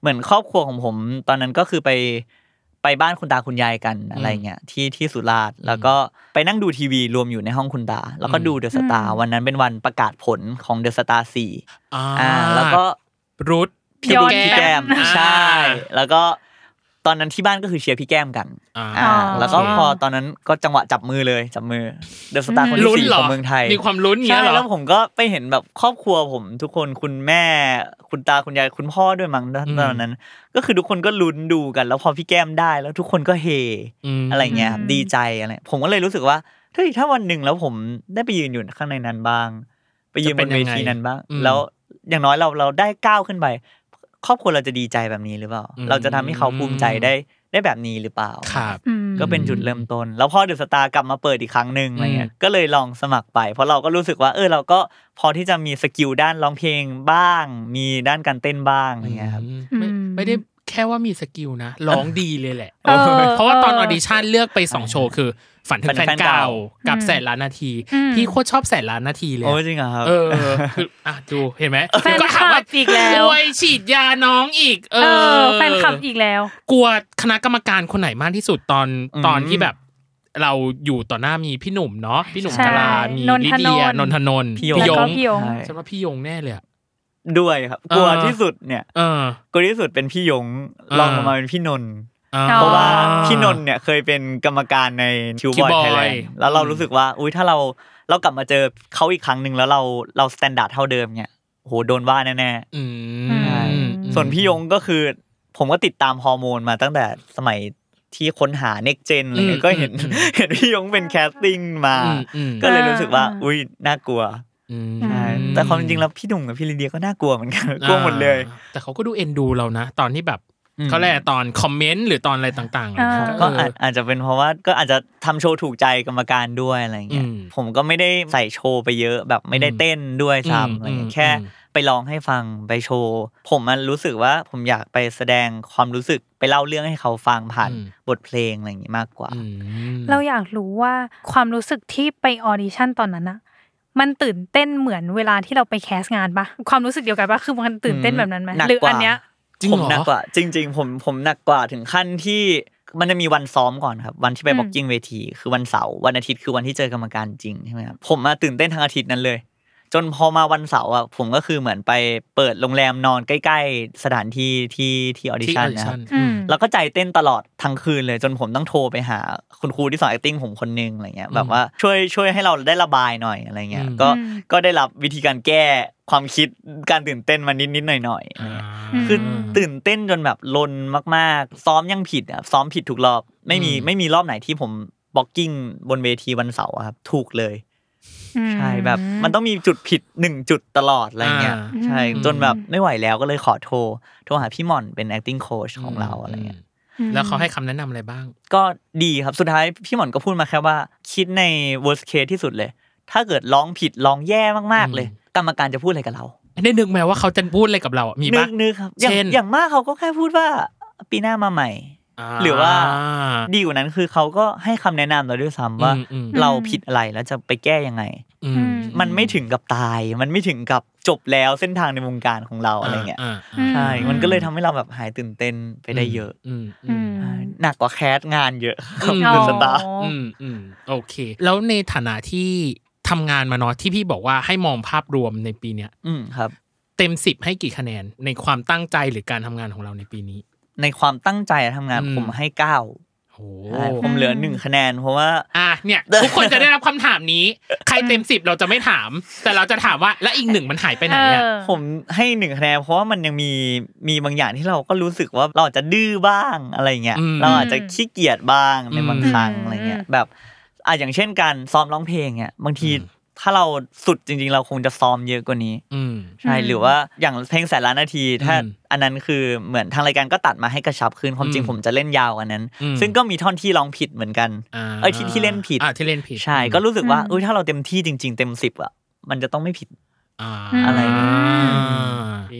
C: เหมือนครอบครัวของผม ตอนนั้นก็คือไปไปบ้านคุณตาคุณยายกันอะไรเงี้ยที่ที่สุราษฎร์แล้วก็ไปนั่งดูทีวีรวมอยู่ในห้องคุณตา แล้วก็ดูเดอะสตา
B: อื
C: ร์
B: ม
C: วันนั้นเป็นวันประกาศผลของเดอะสตาร์สี่
A: อ่า
C: อ่าแล้วก็
A: รุด
C: พี่
B: ย้
C: บุ
B: อ
C: ญ
B: น
C: พี่
B: แก้
C: แก้
B: ม
C: ม
A: อ่า
C: ใช่ แล้วก็ตอนนั้นที่บ้านก็คือเชียร์พี่แก้มกัน
A: อ่า
C: อ่าแล้วก็
B: โอเค
C: พอตอนนั้นก็จังหวะจับมือเลยจับมือเดอะสตาร์
B: อืม
C: คนที่
A: ลุ้น
C: สี่
A: เหร
C: ข
A: อ
C: องเมืองไทย
A: มีความลุ้นอย่าง
C: ใช่
A: เงี้ยเหรอ
C: แล้วผมก็ไปเห็นแบบครอบครัวผมทุกคนคุณแม่คุณตาคุณยายคุณพ่อด้วยมั้งตอน
A: อืม
C: ตอนนั้น ก็คือทุกคนก็ลุ้นดูกัน แล้วพอพี่แก้มได้แล้วทุกคนก็เฮ
A: ม
C: อะไรเงี้ยครับ
B: อืม
C: ดีใจอะไรผมก็เลยรู้สึกว่าเฮ้ยถ้าวันหนึ่งแล้วผมได้ไปยืนอยู่ข้างในนั้นบ้าง ไปยืนบนเวทีนั้นบ้าง
A: อืม
C: แล้วอย่างน้อยเราเราได้ก้าวขึ้นไป ครอบครัวเราจะดีใจแบบนี้หรือเปล่า
A: อืม
C: เราจะทำให้เขาภูมิใจได้ได้แบบนี้หรือเปล่า
A: ครับ
B: อืม
C: ก็เป็นจุดเริ่มต้น แล้วพอเดอะสตาร์กลับมาเปิดอีกครั้งหนึ่งอะไรเงี้ย
A: อืม
C: ก็เลยลองสมัครไป เพราะเราก็รู้สึกว่า เออเราก็พอที่จะมีสกิลด้านร้องเพลงบ้าง มีด้านการเต้นบ้างอะไรเงี้ยครับ
A: ไม่
B: อืม
A: ไม่ได้แค่ว่ามีสกิล
C: <laughs>
A: นะ ร้องดีเลยแหละ
B: ออ
A: เพราะว่าตอนออดิชั่นเลือกไป 2 โชว์คือ ฝันถึงแฟ
C: ฝันถึงแฟ
A: น
C: น
A: เก่า
C: เก่า
A: กับ
B: อืม
A: แสนล้านนาที
B: อืม
A: พี่โคตรชอบแสนล้านนาทีเลย
C: โอ้
A: อะ
C: จริงเหรอครับ
A: เออคืออ่ะดูเห็นไหม
B: แฟน
A: ก็
B: ค
A: ถาม
B: ลั
A: ว่า
B: บอีกแล้ว
A: รวยฉีดยาน้องอีก เอ
B: เอ
A: อ
B: อ แฟนคลับอีกแล้ว
A: กลัวคณะกรรมการคนไหนมากที่สุดตอน
C: อืม
A: ตอนที่แบบ เราอยู่ต่อหน้ามีพี่หนุ่มเนาะพี่หนุ่ม
B: ใช่
A: กาลามี
B: นน
A: ลิ
B: ทนนท์
A: เดียนนทนนท์
C: พี่
B: แล้ว
A: ย
B: ก็
A: ง
B: พี่ยง
C: ใช่
A: ฉันว่าพี่ยงแน่เลยอะ
C: ด้วยครับ
A: เออ
C: กลัวที่สุดเนี่ย
A: เออ
C: กลัวที่สุดเป็นพี่ยง
A: อ่า
C: ลองลงมาเป็นพี่นนท์
A: อ่
C: เพราะว่า
B: อ๋อ
C: พี่นนท์เนี่ยเคยเป็นกรรมการในคิวบอย
A: Boy
C: ไทยแลนด์แล้วเรา
A: อืม
C: รู้สึกว่า อุ้ยถ้าเราเรากลับมาเจอเขาอีกครั้งหนึ่งแล้วเราเราสแตนดาร์ดเท่าเดิมเนี่ยโหโดนว่าแน่ๆ
A: อืม
B: ใช่
C: ส่วนพี่ยงก็คือ ผมก็ติดตามฮอร์โมนมาตั้งแต่สมัยที่ค้นหาเน็กเจนอะไรเงี้ยก็เห็นเห็น <laughs> พี่ยงเป็นแคสติ้งมา
A: อืมอืม
C: ก็เลยรู้สึกว่า
B: อ่า
C: อุ้ยน่ากลัว
A: อืม
C: ใช่แต่ความจริงแล้วพี่หนุ่มกับพี่ลีเดียก็น่ากลัวเหมือนกัน
A: อ่าก
C: ลัวหมดเลย
A: แต่เขาก็ดูเอ็นดูเรานะ ตอนที่แบบ
C: อืม
A: เขาแหละตอนคอมเมนต์หรือตอนอะไรต่างๆ
B: อ่า
A: เขา
C: ก็
A: เอ
C: อาจ
A: อ
C: อาจจะเป็นเพราะว่าก็อาจจะทำโชว์ถูกใจกรรมการด้วยอะไรเงี้ย
A: อืม
C: ผมก็ไม่ได้ใส่โชว์ไปเยอะแบบไม่ได้เต้นด้วยซ้ำอะไร
A: อื
C: เงี้
A: ม
C: ยแค่
A: อืม
C: ไปร้องให้ฟังไปโชว์ ผมมันรู้สึกว่าผมอยากไปแสดงความรู้สึกไปเล่าเรื่องให้เขาฟังผ่านบทเพลงอะไรอย่างงี้มากกว่า
A: อืม
B: เราอยากรู้ว่าความรู้สึกที่ไปออดิชั่นตอนนั้นอะมันตื่นเต้นเหมือนเวลาที่เราไปแคสงานปะความรู้สึกเดียวกันปะคือมันตื่นเต้นแบบนั้นไหม
C: หนัก
B: หรือก
C: ว่า
B: อันเนี้ย
A: จริง
C: ผม
A: เหรอ
C: หนักกว่า จริง ๆ ผมผมหนักกว่าถึงขั้นที่มันจะมีวันซ้อมก่อนครับ วันที่ไป
B: อืม
C: บ็อกกิ้งเวที คือวันเสาร์วันอาทิตย์คือวันที่เจอกรรมการจริงใช่ไหมครับผมมาตื่นเต้นทั้งอาทิตย์นั้นเลย จนพอมาวันเสาร์อ่ะผมก็คือเหมือนไปเปิดโรงแรมนอนใกล้ ๆ สถานที่ที่ที่ออดิ
A: ที่อ
C: ชั่น
A: อดิ
C: นะค
A: ชั่
C: รั
A: น
C: บ
B: อืม
C: แล้วก็ใจเต้นตลอดทั้งคืนเลย จนผมต้องโทรไปหาคุณครูที่สอน acting ผมคนนึงอะไรเงี้ยแบบว่าช่วยช่วยให้เราได้ระบายหน่อยอะไรเงี้ยก็
B: อืม
C: ก็ได้รับวิธีการแก้ความคิดการตื่นเต้นมานิดๆหน่อยๆอะไรเงี้ย
A: า
C: คือ
B: ม
C: ตื่นเต้นจนแบบลนมากๆ ซ้อมยังผิดอ่ะซ้อมผิดทุกรอบ ไม่มี
A: อืม
C: ไม่มีรอบไหนที่ผมบ็อกกิ้งบนเวทีวันเสาร์อะครับ ถูกเลย
B: อืม
C: ใช่แบบ มันต้องมีจุดผิดหนึ่งจุดตลอดอะไรเงี้ย
A: อ่า
C: ใช่
B: อืม
C: จนแบบไม่ไหวแล้วก็เลยขอโทร โทรหาพี่หม่อนเป็น acting coach ของเราอะไรเงี้ย
A: มแล้วเขาให้คำแนะนำอะไรบ้าง
C: ก็ดีครับสุดท้ายพี่หม่อนก็พูดมาแค่ว่า คิดใน worst case ที่สุดเลย ถ้าเกิดร้องผิดร้องแย่มากๆเลย กรรมการจะพูดอะไรกับเรา
A: ได้นึกไหมว่าเขาจะพูดอะไรกับเราอ่ะมี
C: นึ
A: ปะ
C: กนึกครับอย่าง
A: เช่น
C: อย่างมากเขาก็แค่พูดว่าปีหน้ามาใหม่
A: อ่
C: หรือว่า ดีกว่านั้นคือเขาก็ให้คำแนะนำเราด้วยซ้ำว่า
A: อืมอืม
C: เราผิดอะไรแล้วจะไปแก้ยังไง
A: อื
B: อื
A: ม
B: ม
C: มันไม่ถึงกับตาย มันไม่ถึงกับจบแล้วเส้นทางในวงการของเราอะไรเงี้ย
A: า
B: อืม
C: ใช่ มันก็เลยทำให้เราแบบหายตื่นเต้นไปได้เยอะ
A: อืมอื
B: อื
A: ม
B: ม
C: ใช่หนักกว่าแคสงานเยอะ <laughs> ค
A: อืม
C: รับเดอะสตาร์
B: อ๋อ
A: อืมอืมโอเค แล้วในฐานะที่ทำงานมาเนาะที่พี่บอกว่าให้มองภาพรวมในปีเนี้ย
C: อืมครับ
A: เต็มสิบให้กี่คะแนนในความตั้งใจหรือการทำงานของเราในปีนี้
C: ในความตั้งใจทำงาน
A: อืม
C: ผมให้เก้า
A: โห โอ้
C: ใช่ผมเหลือหนึ่งคะแนน เพราะว่า
A: อ่ะเนี่ย ทุกคนจะได้รับคำถามนี้ ใครเต็มสิบเราจะไม่ถาม แต่เราจะถามว่าแล้วอีกหนึ่งมันหายไปไหนอ่ะ
B: เออ
C: ผมให้หนึ่งคะแนนเพราะว่ามันยังมีมีบางอย่างที่เราก็รู้สึกว่าเราอาจจะดื้อบ้างอะไรเงี้ย
A: อืม
C: เราอาจจะขี้เกียจบ้างในบาง
A: อืม
C: ครั้งอะไรเงี้ยแบบอ่ะอย่างเช่นการซ้อมร้องเพลงเนี่ยบางที
A: อืม
C: ถ้าเราสุดจริง ๆ เราคงจะซ้อมเยอะกว่านี้
A: อืม
C: ใช่
B: อืม
C: หรือว่าอย่างเพลงแสนล้านนาทีถ้า
A: อืม
C: อันนั้นคือเหมือนทางรายการก็ตัดมาให้กระชับขึ้นความจริง
A: อืม
C: ผมจะเล่นยาวกว่านั้น
A: อืม
C: ซึ่งก็มีท่อนที่ร้องผิดเหมือนกัน
A: อ่า
C: เอ้ยที่ที่เล่นผิด
A: อ่าที่เล่นผิด
C: ใช่ก็รู้สึกว่า
B: อืม
C: เอ้ยถ้าเราเต็มที่จริง ๆ เต็มสิบอ่ะมันจะต้องไม่ผิด
A: อ่า
C: อะไรเนี่ย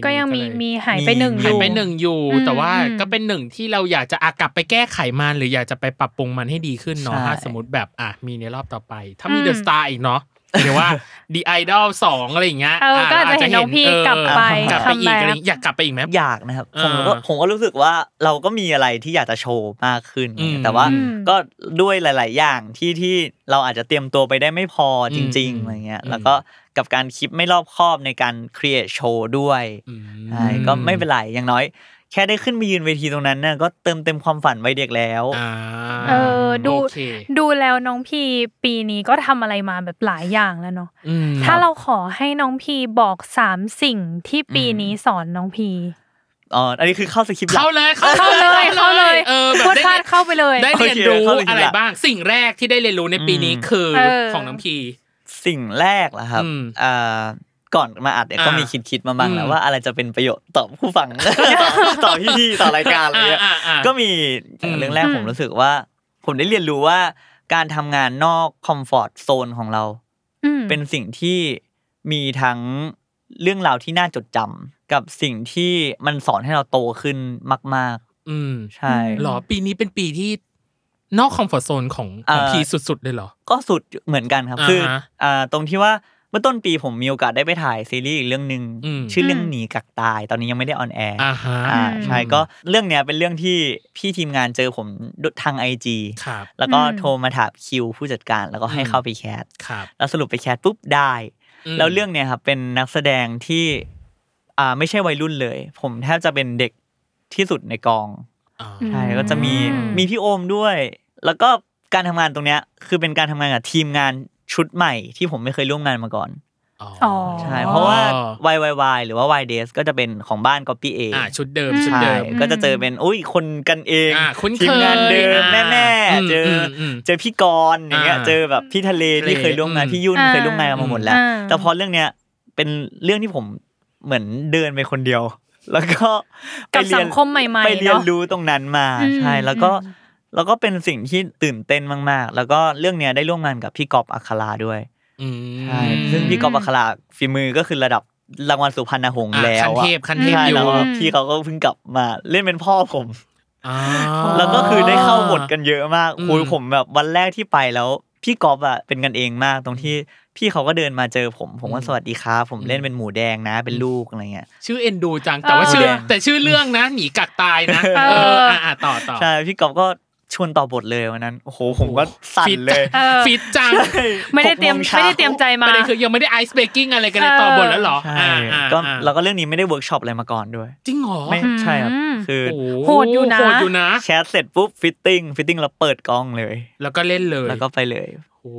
B: ก็ยังมี
A: เล
B: มีหายไปหนึ่งอ
A: หาย
B: ยู่
A: ไปหนึ่งอยู่
B: อืม
A: แต่ว่า
B: อืม
A: ก็เป็นหนึ่งที่เราอยากจะอะกลับไปแก้ไขมัน หรืออยากจะไปปรับปรุงมันให้ดีขึ้นเนาะ
C: ใช่
A: ถ้าสมมติแบบอ่ะมีในรอบต่อไป ถ้ามีเดอะสตาร์อีกเนาะหรือว่าดีไอดอลสองอะไรอย่างเงี้ย
B: เออก็อาจจะเห็นน้องพี่
A: เออก
B: ลับไป
A: กลับไปอีก
B: ทำแบบ
A: อะไรอย่างเงี้ยอยากกลับไปอีกไหม
C: อยากนะครับผมก็
A: เออ
C: ผมก็รู้สึกว่าเราก็มีอะไรที่อยากจะโชว์มากขึ้น
A: อืม
C: แต่ว่า
B: อืม
C: ก็ด้วยหลาย ๆ อย่างที่ที่เราอาจจะเตรียมตัวไปได้ไม่พอจริง
A: อื
C: ๆ
A: ม
C: อะไรเงี้ย
A: อืม
C: แล้วก็กับการคิดไม่รอบคอบในการ create โชว์ด้วย
A: อืม
C: ใช่ก็ไม่เป็นไรอย่างน้อย แค่ได้ขึ้นไปยืนเวทีตรงนั้นน่ะก็เติมเต็มความฝันไว้เด็กแล้ว
A: อ่า
B: เออดู
A: โอเค
B: ดูแล้วน้องพีปีนี้ก็ทำอะไรมาแบบหลายอย่างแล้วเนาะ
A: อืม
B: ถ้าเราขอให้น้องพีบอกสามสิ่งที่ปีนี้สอนน้องพี
C: อ๋ออันนี้คือเข้าสคริปต์หลัก
A: เข้าเลย
B: เข้าเลยเข้าเลย
A: เออแบบ
B: พูด
A: ได้
B: พลาดเข้าไปเลย
A: ได้เรียนรู้
C: โอเคเข้าเลย
A: อะไรบ้างสิ่งแรกที่ได้เรียนรู้ในปีนี้
C: อืม
A: คือ
B: เออ
A: ของน้ำพี
C: สิ่งแรกล่ะครับ
A: อืม
C: อ่าก่อนมาอัดเนี่ยก็
A: อ่ามี
C: มีคิดคิดๆมาบ้างแล้
A: อื
C: ว
A: ม
C: ว่าอะไรจะเป็นประโยชน์ต่อผู้
A: <laughs>
C: ฟัง ต่อต่อพี่ๆต่อรายการอะไรเงี้ย
A: อ่าอ่าอ่า
C: ก็มี
A: อืม
C: เรื่องแรก
B: อืม
C: ผมรู้สึกว่า ผมได้เรียนรู้ว่าการทำงานนอกคอมฟอร์ตโซนของเรา
B: อืม
C: เป็นสิ่งที่มีทั้งเรื่องราวที่น่าจดจำกับสิ่งที่มันสอนให้เราโตขึ้นมาก
A: อืม
C: ๆ ใช่
A: หรอปีนี้เป็นปีที่นอกคอมฟอร์ทโซนของของพีสุดๆเลยเหรอ
C: ก็สุดเหมือนกันครับ
A: อ่าฮะ
C: คืออ่าตรงที่ว่าเมื่อต้นปีผมมีโอกาสได้ไปถ่ายซีรีส์อีกเรื่องหนึ่ง
A: อืม
C: ชื่อเรื่อง
B: อืม
C: หนีกักตาย ตอนนี้ยังไม่ได้ออนแอร์
A: อ่าฮะ
C: อ่าใช่
A: อืม
C: ก็เรื่องเนี้ยเป็นเรื่องที่พี่ทีมงานเจอผมทางไอจี
A: ครับ
C: แล้วก็
B: อืม
C: โทรมาถามคิวผู้จัดการแล้วก็ให้
A: อืม
C: เข้าไปแคส
A: ครับ
C: แล้วสรุปไปแคสปุ๊บได้
A: อืม
C: แล้วเรื่องเนี้ยครับเป็นนักแสดงที่อ่าไม่ใช่วัยรุ่นเลย ผมแทบจะเป็นเด็กที่สุดในกอง
A: อ่า
C: ใช่ก็จะมี
A: อืม
C: มีพี่โอมด้วย แล้วก็การทำงานตรงเนี้ยคือเป็นการทำงานกับทีมงานชุดใหม่ที่ผมไม่เคยร่วมงานมาก่อน
A: อ๋อ
C: ใช่เพราะว่าวายวายวายหรือว่าวายเดสก็จะเป็นของบ้านก๊อปปี้เอง
A: อ่าชุดเดิมชุด
C: ใช่
A: เดิม
C: ก็จะเจอเป็นอุ้ยคนกันเอง
A: อ่าคุ้นเคย
C: ทีมงานเดิม
A: อ่า
C: แม่แม่ๆ
A: ม
C: เจออ
A: มอืม
C: เจอพี่กรณ์อย่างเงี้ย
A: อ่า
C: เจอแบบพี่ทะเลที่เคยร่วมงาน
A: อืม
C: พี่ยุ่น
B: อ่า
C: เคยร่วมงานกันมาหมดแล้ว
B: อ่า
C: แต่พอเรื่องเนี้ยเป็นเรื่องที่ผมเหมือนเดินไปคนเดียว <laughs> แล้วก็ไป
B: กับ
C: เรีย
B: สั
C: น
B: งคมใหม่
C: ไป
B: ๆ
C: เรียน
B: เนาะ
C: รู้ตรงนั้นมา
B: อืม
C: ใช่แล้วก็
B: อืม
C: แล้วก็เป็นสิ่งที่ตื่นเต้นมากๆ แล้วก็เรื่องเนี้ยได้ร่วมงานกับพี่กอบอัคราด้วย
A: อืม
C: ใช่ซึ่งพี่กอบอัคราฝีมือก็คือระดับรางวัลสุพรรณหงส์
A: อ่ะ
C: แล้ว
A: ขั้น
C: อะ
A: เทพขั้นเทพ
C: ใช่
A: อยู่
C: แล้ว
B: อืม
C: พี่เขาก็เพิ่งกลับมาเล่นเป็นพ่อผม
A: อ่า
C: แล้วก็คือได้เข้าบทกันเยอะมาก
A: อืม
C: คุยผมแบบวันแรกที่ไปแล้ว พี่กอฟอะเป็นกันเองมากตรงที่พี่เขาก็เดินมาเจอผม ผมก็สวัสดีครับผมเล่นเป็นหมูแดงนะ เป็นลูกอะไรเงี้ย
A: ชื่อเอ็นดูจังแต่ว่าชื่อ
C: เออ
A: แต่ชื่อเรื่องนะหนีกักตายนะ
B: เออ
A: เอออ่ะอ่ะต่อต่อ
C: ใช่พี่กอฟก็ชวนต่อบทเลยวันนั้นโอ้โหผมก็สั่นเลย
B: เออ
A: ฟิตจัง
C: ใช่
B: ไม่ได้เตรียม
C: หกโงช้า
B: ไม่ได้เตรียมใจมา
A: ประเด็นคือยังไม่ได้ไอซ์เบกกิ้งอะไรกันเลย
B: เออ
A: ต่อบทแล้วเหรอ
C: ใช่
A: อ่าอ่า
C: ก็
A: อ่า
C: แล้วก็เรื่องนี้ไม่ได้เวิร์กช็อปอะไรมาก่อนด้วย
A: จริงเหรอ
C: ไม่ใช่ครับคือ
A: อ้
B: โหดอยู่นะ
A: โหดอยู่นะ
C: แชทเสร็จปุ๊บฟิตติ้งฟิตติ้งแล้วเปิดกล้องเลย
A: แล้วก็เล่นเลย
C: แล้วก็ไปเลย
A: โอ้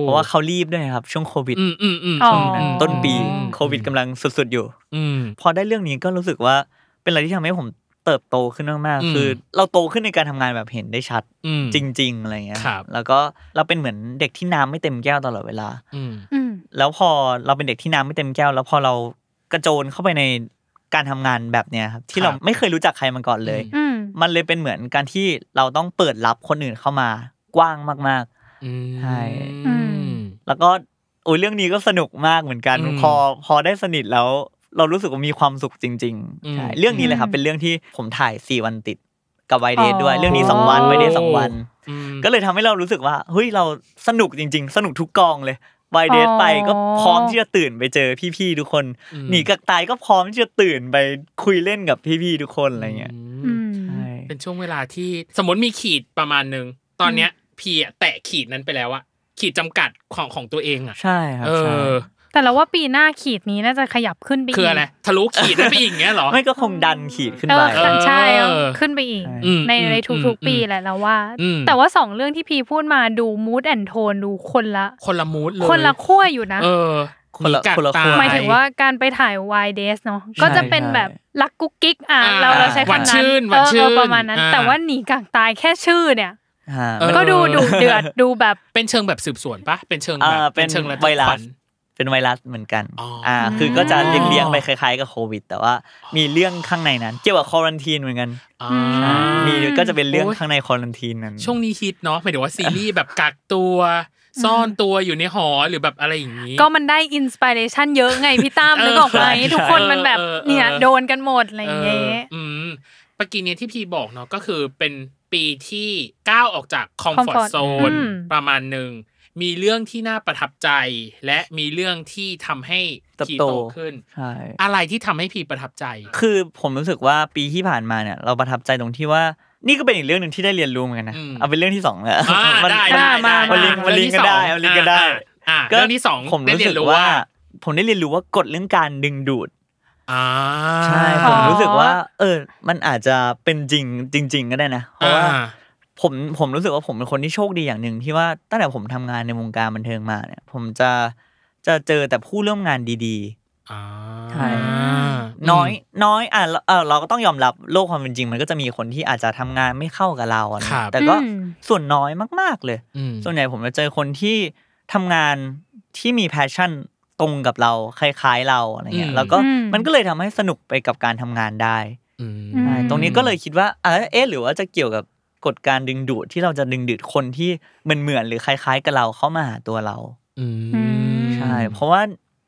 C: เพราะว่าเขารีบด้วยครับช่วงโควิด
A: อืมอืมอืม
B: อ๋อ
C: ช่วงนั้นต้นปี
A: อืม
C: โควิดกำลังสุดๆอยู่
A: อืม
C: พอได้เรื่องนี้ก็รู้สึกว่าเป็นอะไรที่ทำให้ผมเติบโตขึ้นมาก
A: อืม
C: ๆ คือ เราโตขึ้นในการทำงานแบบเห็นได้ชัด
A: อืม
C: จริง ๆ อะไรเงี้ย
A: ครับ
C: แล้วก็เราเป็นเหมือนเด็กที่น้ำไม่เต็มแก้วตลอดเวลา
A: อืม
B: อืม
C: แล้วพอเราเป็นเด็กที่น้ำไม่เต็มแก้ว แล้วพอเรากระโจนเข้าไปในการทำงานแบบเนี้ยครับ
A: ค
C: ที่
A: รั
C: เรา
A: บ
C: ไม่เคยรู้จักใครมาก่อนเลย
A: อื
B: อืม
C: มันเลยเป็นเหมือนการที่เราต้องเปิดรับคนอื่นเข้ามากว้างมาก ๆ
A: อืม
C: ใช่
B: อืม
C: แล้วก็โอ้ยเรื่องนี้ก็สนุกมากเหมือนกัน
A: อืม
C: พอพอได้สนิทแล้ว เรารู้สึกว่ามีความสุขจริง
A: อืม
C: ๆใช่เรื่องนี้เลยครับ
B: อืม
C: เป็นเรื่องที่ผมถ่ายสี่วันติดกับไวเดท
B: อ๋อ
C: ด้วย เรื่องนี้สองวัน
A: โอ้
C: ไวเดทสองวัน
A: อืม
C: ก็เลยทำให้เรารู้สึกว่าเฮ้ยเราสนุกจริง ๆ สนุกทุกกองเลยไวเดทไปก็พร้อมที่จะตื่นไปเจอพี่ๆทุกคน
A: อืม
C: หนีกักตายก็พร้อมที่จะตื่นไปคุยเล่นกับพี่ๆทุกคนอะไรเงี้ย
B: อืม
C: ใช่
A: เป็นช่วงเวลาที่สมมติมีขีดประมาณหนึ่งตอนเนี้ย พี่อะแตะขีดนั้นไปแล้วอะขีดจำกัดของของตัวเองอะ
C: ใช่ครับ
A: เอ
C: ใช่
A: อ
B: แต่เราว่าปีหน้าขีดนี้น่าจะขยับขึ้นไป
A: คืออะไรทะลุขีดได้ไปอีกอย่างเงี้ยเหรอ
C: ไม่ก็คงดันขีดขึ้น
B: เอ
C: ไป
B: อขั้นใช่เอา
A: เออ
B: ขึ้นไปอีก
A: อืม
B: ในใน
A: อืม
B: ทุกๆปี
A: อืม
B: แหละเราว่า
A: อืม
B: แต่ว่าสองเรื่องที่พีพูดมาดูมูดแอนโทนดูคนละ
A: คนละมูดเลย
B: คนละขั้วอยู่นะ
A: เออ
C: คนละ
A: หกัด
C: คนละ
A: ต
C: ขั้ว
B: หมายถึงว่าการไปถ่ายวายเดสเนาะก็จะเป็นแบบรักกุ๊กกิ๊กอ่ะ
A: อ่า
B: เราเราใช้
A: หวาน
B: คำนั้น
A: ชื่นห
B: เอ
A: วาน
B: อ
A: ชื่
B: เอน อประมาณนั้น
A: อ่
B: แต่ว่าหนีกางตายแค่ชื่อเนี่ย
C: อ่า
A: เออ
B: ก็ดูดุเดื
A: <laughs>
B: อดดูแบบ
A: เป็นเชิงแบบสืบสวนปะเป็นเชิง
C: เอ
A: แบบ
C: อเป็น
A: เชิงระดับ
C: ไวรั
A: ขวั
C: ส
A: ญ
C: เป็นไวรัสเหมือนกัน
A: อ๋ออ่
C: ่า คือก็จะเลี้ยงๆไป
A: อ๋อ
C: คล้ายๆกับโควิด แต่ว่ามีเรื่องข้างในนั้น เกี่ยวกับควอรันทีนเหมือนกัน
A: อ่า
C: อ่ามีก็จะเป็นเรื่อง
A: โอ้ย
C: ข้างในควอรันทีนนั้น
A: ช่วงนี้ฮิตเนาะหมายถึงว่าซีรีส์แบบกักตัวซ่อนตัวอยู่ในหอหรือแบบอะไรอย่างนี้
B: ก็มันได้อินสปิเรชันเยอะไงพี่ตั้ม
A: เออ
B: นึกออกไหม
C: ใช่
B: ทุกคนมันแบบ
A: เออเออ
B: เนี่ยโดนกันหมดอะไรอย่างเงี้ย
A: ออืมปกีเนี้ยที่พี่บอกเนาะก็คือเป็นปีที่ก้าวออกจากคอมฟอร์ต
B: comfort
A: โซน
B: อืม
A: ประมาณหนึ่ง มีเรื่องที่น่าประทับใจ และมีเรื่องที่ทำให้พี่โตขึ้น
C: ใช่
A: อะไรที่ทำให้พี่ประทับใจ
C: คือผมรู้สึกว่าปีที่ผ่านมาเนี่ย เราประทับใจตรงที่ว่านี่ก็เป็นอีกเรื่องหนึ่งที่ได้เรียนรู้เหมือนกันนะ
A: อืม
C: เอาเป็นเรื่องที่สองเลย
A: อ่าได้
C: มั
A: ได้
C: น
A: ได้
C: มันลิงก์มันลิงก์กันได้
A: เรื่อ
C: มัน
A: ที่
C: ลิงก์กันได้
A: อ่าอ่าเรื่องที่สอง
C: ผม
A: ได้
C: รู้
A: เรีย
C: สึ
A: น
C: ก
A: รู้
C: ว่า
A: ว่า
C: ผมได้เรียนรู้ว่ากฎเรื่องการดึงดูด
A: อ่า
C: ใช่
B: อ๋
C: ผ
B: อ
C: มรู้สึกว่า เออ มันอาจจะเป็นจริงจริง ๆ ก็ได้นะเพราะว่า
A: อ่า
C: ผมผมรู้สึกว่าผมเป็นคนที่โชคดีอย่างหนึ่งที่ว่าตั้งแต่ผมทำงานในวงการบันเทิงมาเนี่ย ผมจะจะเจอแต่ผู้ร่วมงานดี
A: อ่า
C: ๆ น้อย น้อยอ่ะเราเออเราก็ต้องยอมรับโลกความเป็นจริง มันก็จะมีคนที่อาจจะทำงานไม่เข้ากับเราอะนะครับ แต่ก็
B: อืม
C: ส่วนน้อยมากๆเลย
A: อืม
C: ส่วนใหญ่ผมจะเจอคนที่ทำงานที่มีแพชชั่นตรงกับเราคล้ายๆเราอะไรเงี้
A: อื
C: ย
A: ม
C: แล้วก็
B: อืม
C: มันก็เลยทำให้สนุกไปกับการทำงานได้
A: อืม
B: อืม
C: ใช่ตรงนี้ก็เลยคิดว่าเอ๊ะเอ๊ะหรือว่าจะเกี่ยวกับกฎการดึงดูดที่เราจะดึงดูดคนที่เหมือนเหมือนๆหรือคล้ายๆกับเราเข้ามาหาตัวเรา
A: อืม
C: ใช่เพราะว่า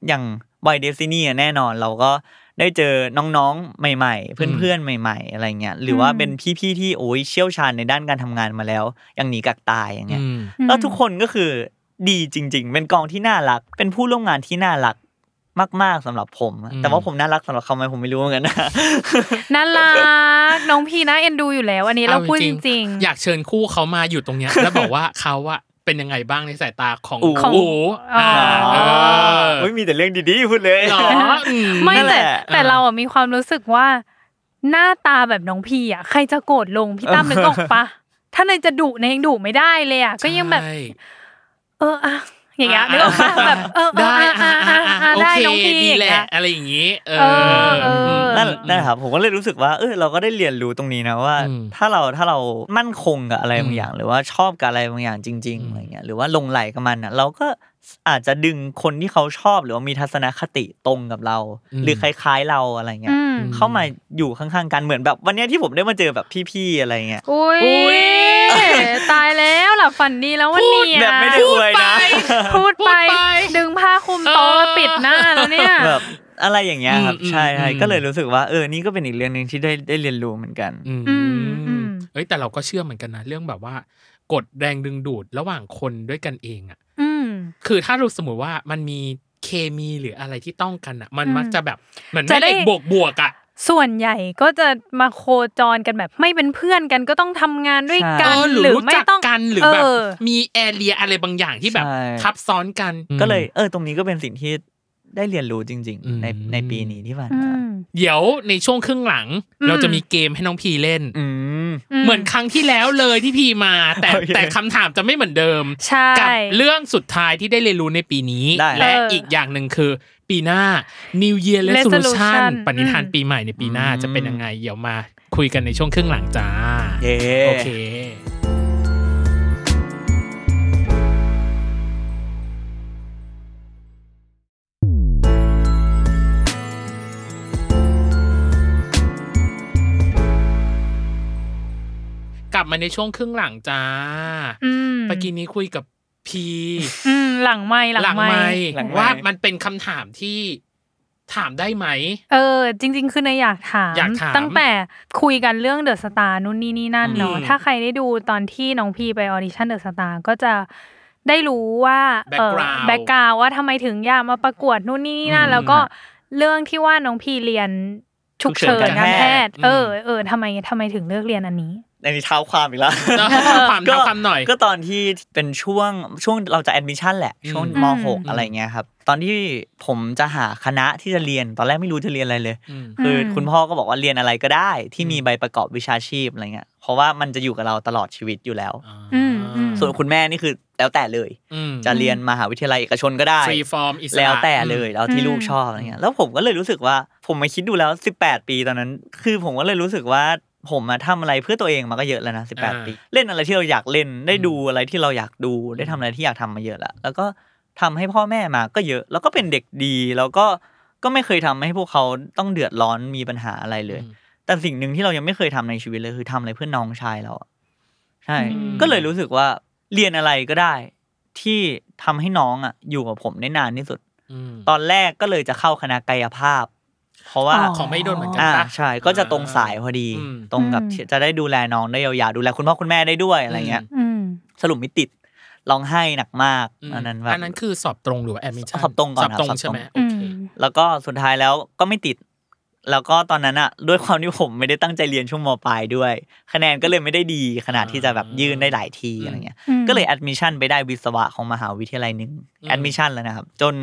C: อย่างวัยเดซินี่แน่นอนเราก็ได้เจอน้องๆใหม่ ๆ เพื่อนๆใหม่ ๆ อะไรเงี้ยหรือว่าเป็นพี่ๆที่โอ้ยเชี่ยวชาญในด้านการทำงานมาแล้ว อย่างหนีกักตายอย่างเงี้ย แล้วทุกคนก็คือดีจริง ๆ เป็นกองที่น่ารัก เป็นผู้ร่วมงานที่น่ารักมาก ๆสำหรับผมอะ
A: อืม
C: แต่ว่าผมน่ารักสำหรับเขาไหมผมไม่รู้เหมือนกันนะ
B: น่ารักน้องพีน่าเอ็นดูอยู่แล้ว อันนี้เราพูดจริง
A: อยากเชิญคู่เขามาอยู่ตรงเนี้ย แล้วบอกว่าเขาอะเป็นยังไงบ้างในสายตาของ
C: อู๋
A: ของอู๋
B: อ๋ออ่
A: าเออ
C: เฮ้ยมีแต่เรื่องดีๆพูดเลย
A: หรออื
B: ไม่
C: นั่นแห
B: แต่
C: ละ
B: แต่เราอ่ะมีความรู้สึกว่า หน้าตาแบบน้องพีอ่ะใครจะโกรธลงพี่ตั้มนึกออกปะถ้าในจะดุในยยังดุไม่ได้เลยอ่ะก็ยังแบบ
A: ใช่
B: เอออะอย่างเงี้ย
A: อ่ะ
B: นึกออกปะแบบเออเออ
A: ได้
B: อ่ะอ่ะ
A: อ่า
B: อ่ะ
A: อ่า
B: อ่ะ
A: อ่าโอ
B: ได้
A: เค
B: น้องพี
A: ดี
B: อย่าง
A: แห
B: เงี้
A: ละ
B: ย
A: อะไรอย่างนี้ เอ
B: เออเออ
A: ม
C: นั่นนั่นแหละครับผมก็เลยรู้สึกว่าเออเราก็ได้เรียนรู้ตรงนี้นะว่า
A: อืม
C: ถ้าเราถ้าเรามั่นคงกับอะไรบางอย่าง หรือว่าชอบกับอะไรบางอย่างจริง
A: อื
C: ๆ
A: ม
C: อะไรเงี้ยหรือว่าหลงไหลกับมันอ่ะเราก็อาจจะดึงคนที่เขาชอบหรือว่ามีทัศนคติตรงกับเรา หรือคล้ายๆเราอะไรเงี้ย
B: อืม
C: เข้ามาอยู่ข้างๆกันเหมือนแบบวันเนี้ยที่ผมได้มาเจอแบบพี่ๆอะไรเงี้ย
B: อุ้ย
A: อุ๊ย
B: ตายแล้วหลับฝันดีแล้ววันเนี้ย
C: แบบไม่ได้อวยนะ
B: พูดไป
A: พูดไป
B: ดึงผ้าคลุมโต๊ะ
A: เออ
B: ปิดหน้าแล้วเนี่ย
C: แบบอะไรอย่างเงี้ยครับ
A: อืม
C: ใช่ใช่
A: อืม
C: ก็เลยรู้สึกว่าเออนี่ก็เป็นอีกเรื่องหนึ่งที่ได้ได้เรียนรู้เหมือนกัน
A: อืม
B: อืมอืม
A: เอ้ยแต่เราก็เชื่อเหมือนกันนะเรื่องแบบว่ากดแรงดึงดูดระหว่างคนด้วยกันเองอะ
B: อืม
A: คือถ้าเราสมมติว่ามันมีเคมีหรืออะไรที่ต้องกันอ่ะ มัน
B: อืม
A: มักจะแบบเหมือน
B: จะ
A: แม่
B: ได้
A: เหล็กบวกบวกๆอ่ะ
B: ส่วนใหญ่ก็จะมาโคจรกันแบบไม่เป็นเพื่อนกันก็ต้องทำงานด้วยกั
A: เอนอหรือรู้
B: ไม่
A: จัก
B: ต้อง
A: กันหรือแบบ
B: เอ
A: มีแอเรียอะไรบางอย่างที่แบบ
C: ใช่
A: ทับซ้อนกัน
C: ก็เลยเออตรงนี้ก็เป็นสิ่งที่ได้เรียนรู้จริง
A: อืม
C: ๆ ในในปีนี้ที่ผ่าน
B: อื
C: มาม
A: เดี๋ยวในช่วงครึ่งหลัง
B: อืม
A: เราจะมีเกมให้น้องพีเล่น
C: อืม
A: เหมือนครั้งที่แล้วเลยที่พีมา แต่
C: โอเค
A: แต่คำถามจะไม่เหมือนเดิม
B: ใช่
A: กับเรื่องสุดท้ายที่ได้เรียนรู้ในปีนี้
C: ได้
A: และ
B: เอออี
A: อีกอย่างหนึ่งคือ ปีหน้า New Year
B: Resolution
A: Resolution ปณิธาน
B: อืม
A: ปีใหม่ในปีหน้าจะเป็นยังไงเดี๋ยวมาคุยกันในช่วงครึ่งหลังจ้า
C: เย้
A: โอเค กลับมาในช่วงครึ่งหลังจ้า
B: อืม
A: เมื่อกี้นี้คุยกับพี
B: อืมหลังไม่หลังไม่
A: ค์ว่ามันเป็นคำถามที่ถามได้
C: <laughs>
A: ไหม
B: เออ จริง ๆ คือเนยอยากถาม
A: อยากถาม
B: ตั้งแต่คุยกันเรื่องเดอะสตาร์นู่นนี่นี่นั่นเนาะ
A: อืม
B: ถ้าใครได้ดูตอนที่น้องพีไปออดิชั่นเดอะสตาร์ก็จะได้รู้ว่าเออ
A: Background
B: แบ็กกราวว่าทำไมถึงอยากมาประกวดนู่นนี่นี่นั่น แล้วก็เรื่องที่ว่าน้องพีเรียนฉุกเฉิน
C: ฉุกเฉิน
B: กา
C: การร
B: แพ
C: แพ
B: ท
C: ทย์
B: ย์ เออเออทำไมทำไมถึงเลือกเรียนอันนี้
C: ในนี้เท้าความอีกแล้ว
A: เท้าความ
C: ก็
A: เท้าความหน่อย
C: ก็ตอนที่เป็นช่วงช่วงเราจะแอดมิชชั่นแหละ
A: อืม
C: ช่วงม
A: อื
C: .6
A: ม
C: อะไรเงี้ยครับ ตอนที่ผมจะหาคณะที่จะเรียน ตอนแรกไม่รู้จะเรียนอะไรเลย
A: อืม
C: คือ
B: ม
C: คุณพ่อก็บอกว่าเรียนอะไรก็ได้ ที่มี
A: อืม
C: ใบประกอบวิชาชีพอะไรเงี้ยเพราะว่ามันจะอยู่กับเราตลอดชีวิตอยู่แล้ว
A: อ่า
B: อืมอืม
C: ส่วนคุณแม่นี่คือแล้วแต่เลย
A: อืม
C: จะเรียนมหาวิทยาลัยเอกชนก็ได้
A: ฟรีฟอร์มอิสระ
C: แล้วแต่เลยแล้วที่
B: อืม
C: ลูกชอบอะไรเงี้ยแล้วผมก็เลยรู้สึกว่าผมมาคิดดูแล้ว 18 ปีตอนนั้น คือผมก็เลยรู้สึกว่าผมมาทำอะไรเพื่อตัวเองมาก็เยอะแล้วนะ
A: อ่า
C: 18 ปี เล่นอะไรที่เราอยากเล่นได้
A: อืม
C: ดูอะไรที่เราอยากดูได้ทำอะไรที่อยากทำมาเยอะละแล้วก็ทำให้พ่อแม่มาก็เยอะ แล้วก็เป็นเด็กดีแล้วก็ก็ไม่เคยทำให้พวกเขาต้องเดือดร้อนมีปัญหาอะไรเลย แต่สิ่งหนึ่งที่เรายังไม่เคยทำในชีวิตเลยคือทำอะไรเพื่อน้องชายเราอะใช่
A: อืม
C: ก็เลยรู้สึกว่าเรียนอะไรก็ได้ ที่ทำให้น้องอ่ะอยู่กับผมได้นานที่สุด
A: ม
C: ตอนแรกก็เลยจะเข้าคณะกายภาพ เพราะว่า
B: อ๋
A: ของไม่โดนเหมือนกั
C: อ่า
A: ปะ
C: ใช่ก็จะตรงสายพอดี
A: อืม
C: ตรงกับ
B: อืม
C: ที่จะได้ดูแลน้องได้ยาวๆดูแลคุณพ่อคุณแม่ได้ด้วยอะไรเงี้ย
B: อืม
C: สรุปไม่ติดร้องไห้หนักมาก
A: อืม
C: อันนั้นแบ
A: อันนั้น
C: บ
A: คือสอบตรงหรือแอดมิชชั่น
C: สอบตรงก่อน
A: สอบตรง
C: ครับ
A: ใช่ไหม
C: สอบตรง
A: โอเค
C: แล้วก็สุดท้ายแล้วก็ไม่ติด แล้วก็ตอนนั้นอ่ะ ด้วยความที่ผมไม่ได้ตั้งใจเรียนช่วงมปลายด้วย คะแนนก็เลยไม่ได้ดีขนาดที่จะแบบยื่นได้หลายทีอะไรเงี้ย
B: อืม
C: ก็เลยแอดมิชชั่นไปได้วิศวะของมหาวิทยาลัยหนึ่งแอดมิชชั่นแล้วนะครับ จน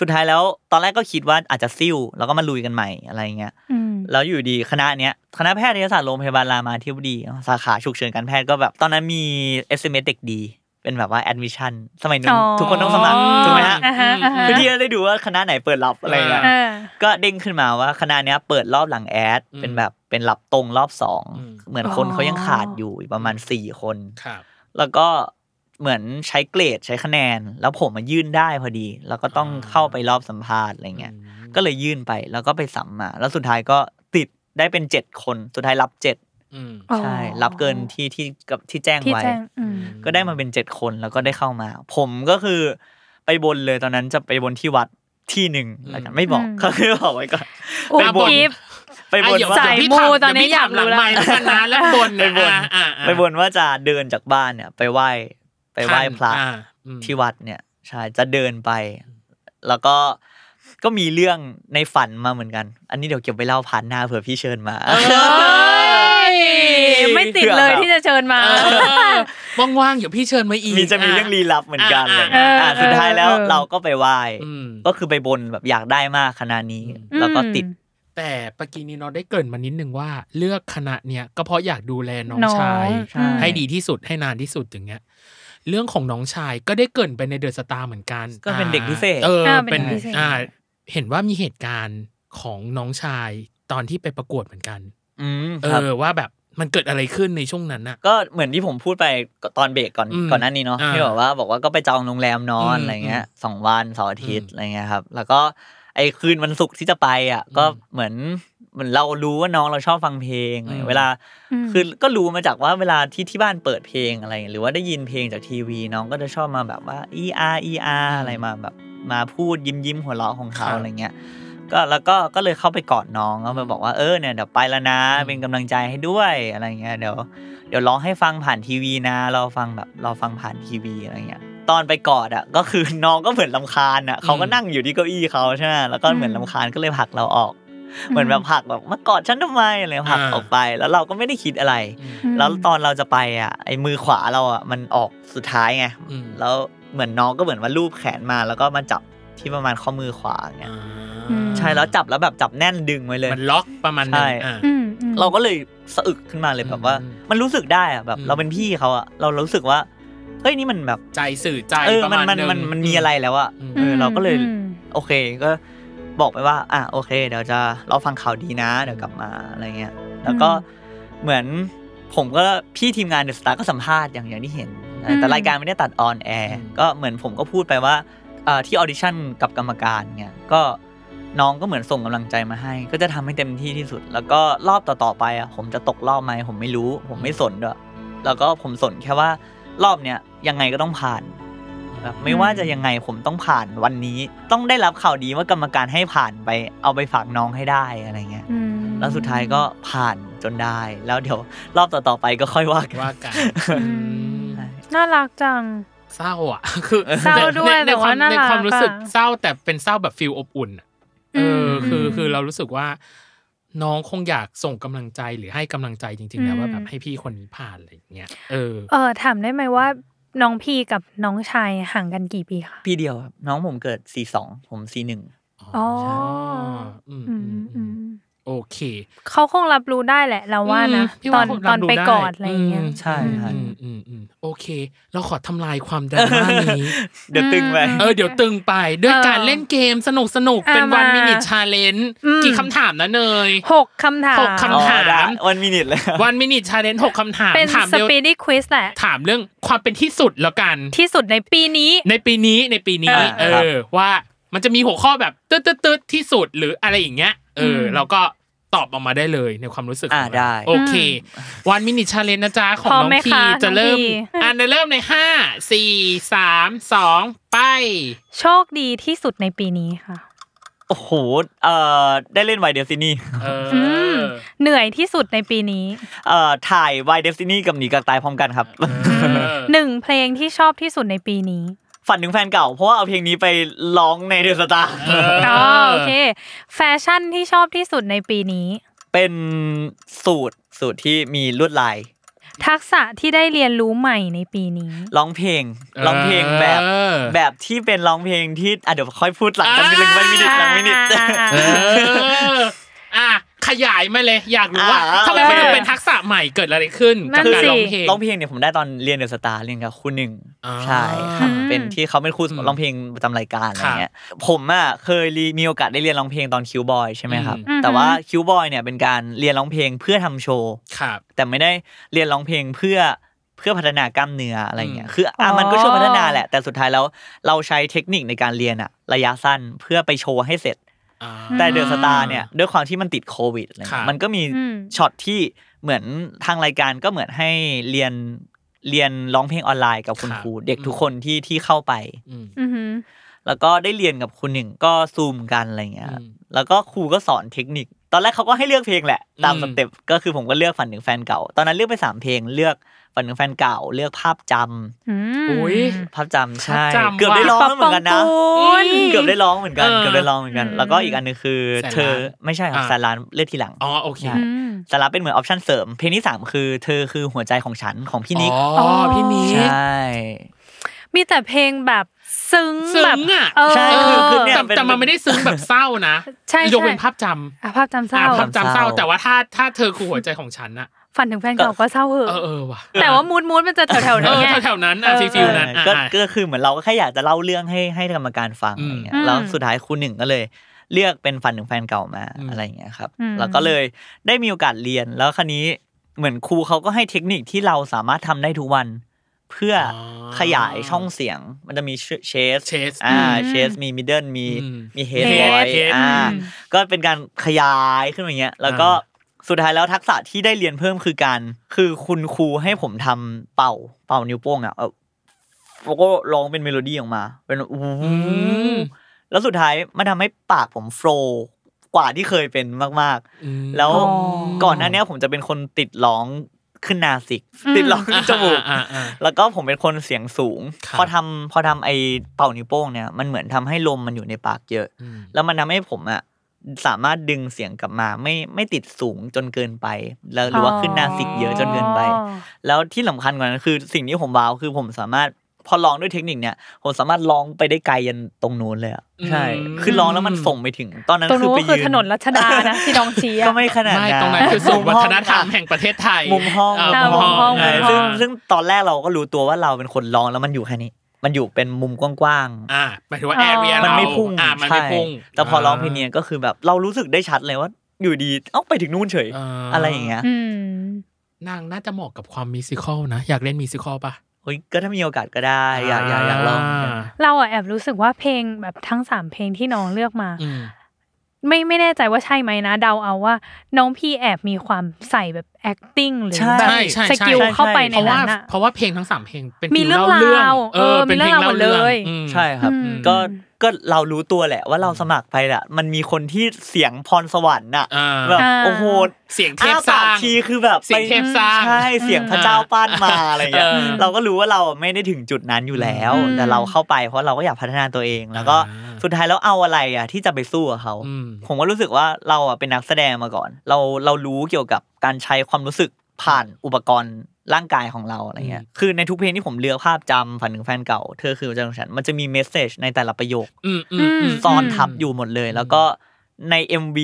C: สุดท้ายแล้วตอนแรกก็คิดว่าอาจจะซิ่วแล้วก็มาลุยกันใหม่อะไรเงี้ย
B: อืม
C: แล้วอยู่ดีคณะเนี้ยคณะแพทยศาสตร์โรงพยาบาลรามาธิบดีสาขาฉุกเฉินการแพทย์ก็แบบ ตอนนั้นมี SMS เด็กดี เป็นแบบว่าแอดมิชชั่นสมัยนู้
B: อ๋
C: น
B: อ
C: ทุกคนต้องสมัครถูกไหมฮะ
B: อ่าฮะอ่าฮะ
C: คือที่จะได้ดูว่าคณะไหนเปิดรับอะไรเงี้ย
B: เออ
C: ก็เด้งขึ้นมาว่าคณะเนี้ยเปิดรอบหลังแอด
A: อืม
C: เป็นแบบเป็นหลับตรงรอบสอง
A: อืม
C: เหมือนคน
B: อ๋อ
C: เขายังขาดอยู่อีกประมาณสี่คน
A: ครับ
C: แล้วก็เหมือนใช้เกรดใช้คะแนน แล้วผมมายื่นได้พอดี แล้วก็ต้อง
A: อ่า
C: เข้าไปรอบสัมภาษณ์อะไรเงี้ย
A: อืม
C: ก็เลยยื่นไปแล้วก็ไปสัมมา แล้วสุดท้ายก็ติดได้เป็นเจ็ดคนสุดท้ายรับเจ็ด
A: อืม
B: อ๋อ
C: ใช่รับเกินที่ที่กับที่แจ้ง
B: ที่
C: ไว้
B: แจ้งอืม
C: ก็ได้มาเป็นเจ็ดคนแล้วก็ได้เข้ามา ผมก็คือไปบนเลยตอนนั้นจะไปบนที่วัดที่หนึ่งแล้วกัน
A: อืม
C: ไม่บอก
B: อืม
C: ก็คือบอกไว้ก่อน
B: โอ้
A: ไปบน
B: กิฟ
C: ไปบ
A: อ่ะ
C: น
A: เดี๋ยว
C: ว่า
B: สา
A: เดี๋ยวพี่
B: มู
A: ถม
B: ตอนนี้
A: เดี๋วพี่
B: อยาก
A: ถมหลัง
B: รู้ละ
A: ไมค์แล้วกันนะแล้วบน
C: ไปบน
A: อ่ะอ่ะอ่ะ
C: ไปบนว่าจะเดินจากบ้านเนี่ย ไปไหว้ไปไหว้พระ
A: อ่าอืม
C: ที่วัดเนี่ยใช่จะเดินไป แล้วก็ก็มีเรื่องในฝันมาเหมือนกัน อันนี้เดี๋ยวเก็บไปเล่าผ่านหน้าเผื่อพี่เชิญมา
B: ไม่ติดเลยที่จะเชิญมา
A: เออว่างๆ เดี๋ยวพี่เชิญมาอีก
C: มีจะมีเรื่องลี้ลับเหมือนกัน
A: อ่ะ
C: อะไรเลย
B: อ่ะ
C: อ่ะ
B: เออ
C: สุดท้ายแล้ว
B: เออ
C: เราก็ไปไหว้
A: อืม
C: ก็คือไปบนแบบอยากได้มากคณะนี้ แล้วก็ติด
A: แต่ปะกี้นี้เนาะได้เกรินมานิดนึงว่า เลือกคณะเนี้ยก็เพราะอยากดูแลน้องชาย
C: ใช่ อง
A: ให้ดีที่สุดให้นานที่สุดอย่างเงี้ย เรื่องของน้องชายก็ได้เกรินไปในเดอะสตาร์เหมือนกัน
C: ก็เป็นเด็กพิเศษ
A: เออ
B: อ่าเป็
A: เป็น
B: นเด็กพิเศษ
A: อ่าเห็นว่ามีเหตุการณ์ของน้องชายตอนที่ไปประกวดเหมือนกัน
C: อืม
A: เอ
C: ครับ
A: อว่าแบบมันเกิดอะไรขึ้นในช่วงนั้นน่ะ
C: ก็เหมือนที่ผมพูดไปตอนเบรกก่อน
A: อืม
C: ก่อนหน้านี้เนาะ
A: อ่า
C: ที่บอกว่าบอกว่าก็ไปจองโรงแรมนอน
A: อืม
C: อะไรเงี้ย
A: อืม
C: สองวันเสาร์อาทิตย์
A: อืม
C: อะไรเงี้ยครับ แล้วก็ไอ้คืนวันศุกร์ที่จะไปอ่ะ ก็เหมือนเหมือนเรารู้ว่าน้องเราชอบฟังเพลง
A: อืม
C: เวลา
B: อืม
C: คือก็รู้มาจากว่าเวลาที่ที่บ้านเปิดเพลงอะไรหรือว่าได้ยินเพลงจากทีวีน้องก็จะชอบมาแบบว่า e r e r อะไรมาแบบมาพูดยิ้มยิ้มๆหัวเราะของเขาอะไรเงี้ย ก็แล้วก็ก็เลยเข้าไปกอดน้องแล้วมาบอกว่าเออเนี่ยเดี๋ยวไปแล้วนะ
A: อืม
C: เป็นกำลังใจให้ด้วยอะไรเงี้ยเดี๋ยว เดี๋ยวร้องให้ฟังผ่านทีวีนะเราฟังแบบเราฟังผ่านทีวีอะไรเงี้ยตอนไปกอดอ่ะก็คือ น้องก็เหมือนลำคาญอ่ะเขาก็นั่งอยู่ที่เก้าอี้เขาใช่ไหมแล้วก็เหมือน
B: อืม
C: ลำคาญก็เลยผลักเราออก เหมือนแบบผลักแบบมากอดฉันทำไมอะไรเงี้ยผลัก
A: อ่า
C: ออกไปแล้วเราก็ไม่ได้คิดอะไร
A: อืม
C: แล้วตอนเราจะไปอ่ะไอ้มือขวาเราอ่ะมันออกสุดท้ายไง
A: อืม
C: แล้วเหมือนน้องก็เหมือนว่าลูบแขนมาแล้วก็มาจับที่ประมาณข้อมือขวาอย่างเงี้ย
B: อืม
C: ใช่แล้วจับแล้วแบบจับแน่นดึงไว้เลย
A: มันล็อกประมาณหนึง
C: ใช่
A: อ่า
B: อืมอืม
C: เราก็เลยสะอึกขึ้นมาเลยแบบว่า
A: อืม
C: มันรู้สึกได้อะแบบ
A: อืม
C: เราเป็นพี่เขาอะเรารู้สึกว่าเฮ้ยนี่มันแบบ
A: ใจสื่อใจ
C: เออ
A: ประ
C: มัน
A: มาณ
C: มัน
A: หนึง
C: มันมันมีอะไรแล้วอะ
A: อืม
C: เออเราก็เลย
B: อืม
C: โอเคก็บอกไปว่า อ่ะโอเค เดี๋ยวจะเราฟังข่าวดีนะ เดี๋ยวกลับมาอะไรเงี้ย แล้วก็เหมือนผมก็พี่ทีมงานเดอะสตาร์ก็สัมภาษณ์อย่างอย่างที่เห็น
A: อืม
C: แต่รายการไม่ได้ตัดออนแอร์
A: อืม
C: ก็เหมือนผมก็พูดไปว่าเอ่อที่ออดิชั่นกับกรรมการเนี่ยก็น้องก็เหมือนส่งกำลังใจมาให้ ก็จะทำให้เต็มที่ที่สุด แล้วก็รอบต่อๆไปอ่ะผมจะตกรอบไหมผมไม่รู้ ผมไม่สนด้วยแล้วก็ผมสนแค่ว่ารอบเนี้ยยังไงก็ต้องผ่าน แบบไม่ว่าจะยังไงผมต้องผ่านวันนี้ ต้องได้รับข่าวดีว่ากรรมการให้ผ่านไป เอาไปฝากน้องให้ได้อะไรเงี้ย
B: อืม
C: แล้วสุดท้ายก็ผ่านจนได้ แล้วเดี๋ยวรอบต่อๆไปก็ค่อยว่ากัน
A: ว่ากัน
B: อืมน่ารักจัง
A: เศร้าอ่ะ คือ
B: เศร้าด้วย
A: ในใน
B: แต่
A: ควา
B: ว่าม น่ารัก
A: ในความรู้สึก
B: อะ
A: เศร้าแต่เป็นเศร้าแบบฟิลอบอุ่นอะเอออ
B: ม
A: คือคือเรารู้สึกว่า น้องคงอยากส่งกำลังใจหรือให้กำลังใจจริงๆนะ
B: อืม
A: ว่าแบบให้พี่คนนี้ผ่านอะไรอย่างเงี้ยเออ
B: เออถามได้ไหมว่าน้องพีกับน้องชายห่างกันกี่ปีคะ
C: พี่เดียวครับน้องผมเกิดสี่สองผมสี่หนึ่ง
A: อ๋อ
B: อ
A: ใช่อืมอื
B: อืม
A: ม
B: อื
A: อื
B: ม
A: มโอเค
B: เขาคงรับรู้ได้แหละ เราว่านะ
A: อืมพี่
B: ตอ
A: ว่าน คง
B: ต
A: รับ
B: อน
A: รู้
B: ไป
A: ได้
B: กอดอะไรอย่างเงี้ย
A: อืม
C: ใช่ครับ
A: อืมอืมอืมโอเค เราขอทำลายความดราม่านี้
C: เดี๋ยวตึงไป
A: เออเดี๋ยวตึงไปด้วย
B: เออ
A: การเล่นเกมสนุกสนุกๆเป็น
B: อ่ะ
A: วัน
B: มา
A: มินิชาเลนจ์
B: อืม
A: กี่คำถามนะเนย
B: หกคำถาม
A: หกคำถาม
C: อ๋อได้วันมินิทเลยครับ
A: วันมินิชาเลนจ์หกคำถาม
B: เป็น
A: ถาม
B: ส
A: เร็ว
B: ปีดี้ควิสแหละ
A: ถามเรื่องความเป็นที่สุดแล้วกัน
B: ที่สุดในปีนี้
A: ในปีนี้ในปีนี้
C: อ่า
A: เอ
C: ครับ
A: อ ว่ามันจะมีหัวข้อแบบตืดตืดๆๆที่สุดหรืออะไรอย่างเงี้ยเออ
B: ม
A: เราก็ตอบออกมาได้เลยในความรู้สึกข
C: อ่าง
A: เร
C: ได้
A: โอเค วันมินิชาเลนนะจ๊ะ ของ
B: พร้อม
A: น้อง
B: ไหม
A: พี
B: คะ
A: จะ
B: น้อง
A: เริ่ม
B: พี
A: อ่านเริ่มในห้าสี่สามสองไป
B: โชคดีที่สุดในปีนี้ค่ะ
C: โอ้โหเอ่อได้เล่นไวเดฟซินี่
A: เออ
B: มเหนื่อยที่สุดในปีนี้
C: เอ่อถ่ายไวเดฟซินี่กับหนีกระตายพร้อมกันครับ
A: เออ
B: หนึ่งเพลงที่ชอบที่สุดในปีนี้
C: ฝันถึงแฟนเก่า เพราะว่าเอาเพลงนี้ไปร้องในเดอะสตาร์
A: เออ
B: อโอเค แฟชั่นที่ชอบที่สุดในปีนี้
C: เป็นสูตรสูตรที่มีลวดลาย
B: ทักษะที่ได้เรียนรู้ใหม่ในปีนี้
C: ร้องเพลงร้องเพลงแบบ
A: เออ
C: แบบที่เป็นร้องเพลงที่อ่ะเดี๋ยวค่อยพูดหลังกันเป็นวันมินิทหลังมินิท
A: เอออ่ะขยายมาเลยอยากรู้ว่า
C: อ่า
A: ทำไมมันถึงเป็นทักษะใหม่เกิดอะไรขึ้น
B: นั่
A: กับ
B: น
A: การ
B: สิ
A: ร้องเพลง
C: ร้องเพลงเนี่ยผมได้ตอนเรียนเดอะสตาร์เรียนกับครูหนึ่ง
A: อ่า
C: ใช่ครับ
B: อืม
C: เป็นที่เขาเป็นครูร้องเพลงประจำรายการอะไรเงี้ยผมอ่ะเคยรีมีโอกาสได้เรียนร้องเพลงตอนคิวบอยใช่ไหมครับ
A: อื
B: ม
C: แต่ว่าคิวบอยเนี่ยเป็นการเรียนร้องเพลงเพื่อทำโชว์
A: ครับ
C: แต่ไม่ได้เรียนร้องเพลงเพื่อเพื่อพัฒนากล้ามเนื้ออะไรเงี้ย
A: อืม
C: คืออ่ะมันก็ช่วยพัฒนาแหละ แต่สุดท้ายแล้วเราใช้เทคนิคในการเรียนอะระยะสั้นเพื่อไปโชว์ให้เสร็จ
A: อ่า
C: แต่เดอะสตาร์เนี่ยด้วยความที่มันติดโควิดอะไร
A: ครับ
C: เงี้ยมันก็มี
B: อืม
C: ช็อตที่เหมือนทางรายการก็เหมือนให้เรียนเรียนร้องเพลงออนไลน์กับคุณ
A: ครับ
C: ครูเด็กทุก
A: อืม
C: คนที่ที่เข้าไป
A: อืม
B: อือหือ
C: แล้วก็ได้เรียนกับคุณหนึ่งก็ซูมกันอะไรเงี้ย
A: อืม
C: แล้วก็ครูก็สอนเทคนิค ตอนแรกเขาก็ให้เลือกเพลงแหละ ตาม
A: อืม
C: สเต็ปก็คือผมก็เลือกฝันถึงแฟนเก่า ตอนนั้นเลือกไปสามเพลงเลือกฝันถึงแฟนเก่า เลือกภาพจำ
B: อืม
A: อุ๊ย
C: ภาพจำใช่
A: ภาพจำ
C: เกือบได้ร้องแล้วเหมือนกันนะ
B: ปะปองกูล
C: เกือบได้ร้องเหมือนกัน
A: เออ
C: เกือบได้ร้องเหมือนกัน
B: อืม
C: แล้วก็อีกอันหนึงคือ
A: แสนล้าน
C: เธอไม่ใช่ครับ
A: อ่า
C: สาร้านเลือกทีหลัง
A: อ๋อโอเค
B: อืม
C: สาร้านเป็นเหมือนออปชั่นเสริม เพลงที่สามคือเธอคือหัวใจของฉันของพี่นิก
A: อ๋ออ๋อพี่นิ
C: ใช
A: ก่
B: มีแต่เพลงแบบซึ้ง
A: ซึ้
B: แบบ
A: งอ่ะ
B: เออ
C: ใช่คือคือเนี่ย
A: แต่แต่มันไม่ได้ซึ้งแบบเศร้านะ
B: ใช่ใช่
A: ยกเป็นภาพจำ
B: อ่ะภาพจำเศ
A: อ่ะ
B: ร้า
A: ภาพจำเศร้าแต่ว่าถ้าถ้าเธอคือหัวใจของฉันอะ
B: ฝันถึงแฟนเก่าก็เศร้าเห
A: เออ
B: อะ
A: เออว่ะ
B: แต่ว่ามูดมูดมันจะแถวๆ
A: เอ
B: นั้น
A: อ
B: ไง
A: แถวๆนั้นอ่ะ
B: เออ
A: ฟีลฟิลนั้นอ่ะ
C: ก็ก็คือเหมือนเราก็แค่อยากจะเล่าเรื่องให้ให้กรรมการฟัง
A: อืม
C: อะไรเงี้
B: อื
C: ย
B: ม
C: แล้วสุดท้ายครูหนึ่งก็เลย เลือกเป็นฝันถึงแฟนเก่ามา
A: อืม
C: อะไรเงี้ยครับ
B: อืม
C: แล้วก็เลยได้มีโอกาสเรียนแล้วคราวนี้เหมือนครูเขาก็ให้เทคนิคที่เราสามารถทำได้ทุกวัน เพื่ออขยายช่องเสียงมันจะมีเชส
A: เชส
C: อ่า
B: อืม
C: เชสมีมิดเดิลมี
A: อืม
C: มีเฮด
A: head
C: บอย
A: head
C: อ่า
B: อืม
C: ก็เป็นการขยายขึ้นมาอย่างเงี้ย แล้วก็สุดท้ายแล้วทักษะที่ได้เรียนเพิ่มคือการ คือคุณครูให้ผมทำเป่าเป่านิ้วโป้งอ่ะเออแล้วก็ร้องเป็นเมโลดี้ออกมา เป็นอู้
A: อืม
C: แล้วสุดท้ายมันทำให้ปากผมโฟล์กว่าที่เคยเป็นมาก
A: อืม
C: ๆ แล้วก่อนหน้าเนี้ยผมจะเป็นคนติดร้องขึ้นนาสิก
B: อืม
C: ติดร้องขึ้นจมูก
A: อ่าอ่าอ่า
C: แล้วก็ผมเป็นคนเสียงสูง
A: ครับ
C: พอทำพอทำไอเป่านิ้วโป้งเนี่ยมันเหมือนทำให้ลมมันอยู่ในปากเยอะ
A: อืม
C: แล้วมันทำให้ผมอะสามารถดึงเสียงกลับมาไม่ไม่ติดสูงจนเกินไป แล้วหรือว่าขึ้นหนาสิกเยอะจนเกินไป
B: อ๋อ
C: แล้วที่สำคัญกว่านั้นคือสิ่งที่ผมว้าวคือผมสามารถพอร้องด้วยเทคนิคเนี่ยผมสามารถร้องไปได้ไกลยันตรงนู้นเลยอะ
A: อืม
C: ใช่ คือร้องแล้วมันส่งไปถึง ตอนนั้น
B: ตรง
C: คือ
B: นู้น
C: ไป
B: ก็
C: ยื
B: คือน ถนนรัชดานะ ที่น้องชี้อะ
C: ก็ไม่ขนาด
A: ไม่
C: นั้น
A: ตรงนั้นคือศูนย์วัฒนธรรม
C: อ่ะ
A: แห่งประเทศไทย
C: มุมห้อง
A: า
B: อ่า
A: มุมห้อง
B: มุมห้
A: ใช่
B: อง
C: ซึ่
A: ซึ่
C: ง
A: ง
C: ซึ่งตอนแรกเราก็รู้ตัวว่าเราเป็นคนร้องแล้วมันอยู่แค่นี้ มันอยู่เป็นมุมกว้าง
A: อ่าหมายถึงว่าแอเรีย
C: ๆ
A: เรา
C: มัน
A: ม
C: ไม่พุ่ง
A: อ่ามันไม่
C: ใช่
A: พุ่ง
C: แต่พอร้องเพลงเนี้ยก็คือแบบเรารู้สึกได้ชัดเลยว่า อยู่ดีเอ้าไปถึงนู่นเฉย
A: า
C: อะไรอย่างเงี้ย
B: อืม
A: นางน่าจะเหมาะกับความมิวสิคอลนะ อยากเล่นมิวสิคอลปะ
C: เฮ้ยก็ถ้ามีโอกาสก็ได้ อยากอยากอยากลองเหมือนกัน
B: เราอะแอบรู้สึกว่าเพลงแบบทั้งสามเพลงที่น้องเลือกมา
A: อืม
B: ไม่ไม่แน่ใจว่าใช่ไหมนะ เดาเอาว่า น้องพี่แอบมีความใส่แบบ acting หรือ
C: ใช่
B: แบบ
A: ใช่ใช่
B: ส
A: ใช่
B: กิลเข้าไปใน
A: เพราะว่า
B: นั้นอะ
A: เพราะว่าเพลงทั้งสามเพลงเป็น
B: มีเรื่อง
A: ล่
B: ราว
A: เออ
B: เออ
A: เป็นเพลง
B: มีเรื่อง
A: เล่า
B: ราวหมด
A: เรื่อง
B: เลย
A: อืม
C: ใช่ครับ
B: อืม
C: ก็ก็เรารู้ตัวแหละว่าเราสมัครไปแหละมันมีคนที่เสียงพรสวรรค์น่ะ
A: อ่า
C: แบบ
B: อ่า
C: โอ้โห
A: เสียงเท
C: อ้า
A: พส
C: ปา
A: ร้าก ง
C: ทีคือแบบ
A: เสียงเทพสร้าง
C: ใช่เสียงพระเจ้าปั้น
A: <laughs>
C: มาอะไรเงี้ย
A: เออ
C: เราก็รู้ว่าเราไม่ได้ถึงจุดนั้นอยู่แล้ว
B: อืม
C: แต่เราเข้าไปเพราะเราก็อยากพัฒนาตัวเอง แล้วก็
A: อ่า
C: สุดท้ายแล้วเอาอะไรอ่ะที่จะไปสู้กับเขา
A: อืม
C: ผมก็รู้สึกว่าเราอ่ะเป็นนักแสดงมาก่อน เราเรารู้เกี่ยวกับการใช้ความรู้สึกผ่านอุปกรณ์ร่างกายของเราอะไรเงี้ย คือในทุกเพลงที่ผมเลือกภาพจำฝันถึงแฟนเก่าเธอคือเจ้าของฉันมันจะมีเมสเซจในแต่ละประโยค
A: อืมอืม
B: อื
A: อื
B: ม
A: ม
C: ซ้อนทับอยู่หมดเลย แล้วก็ใน MV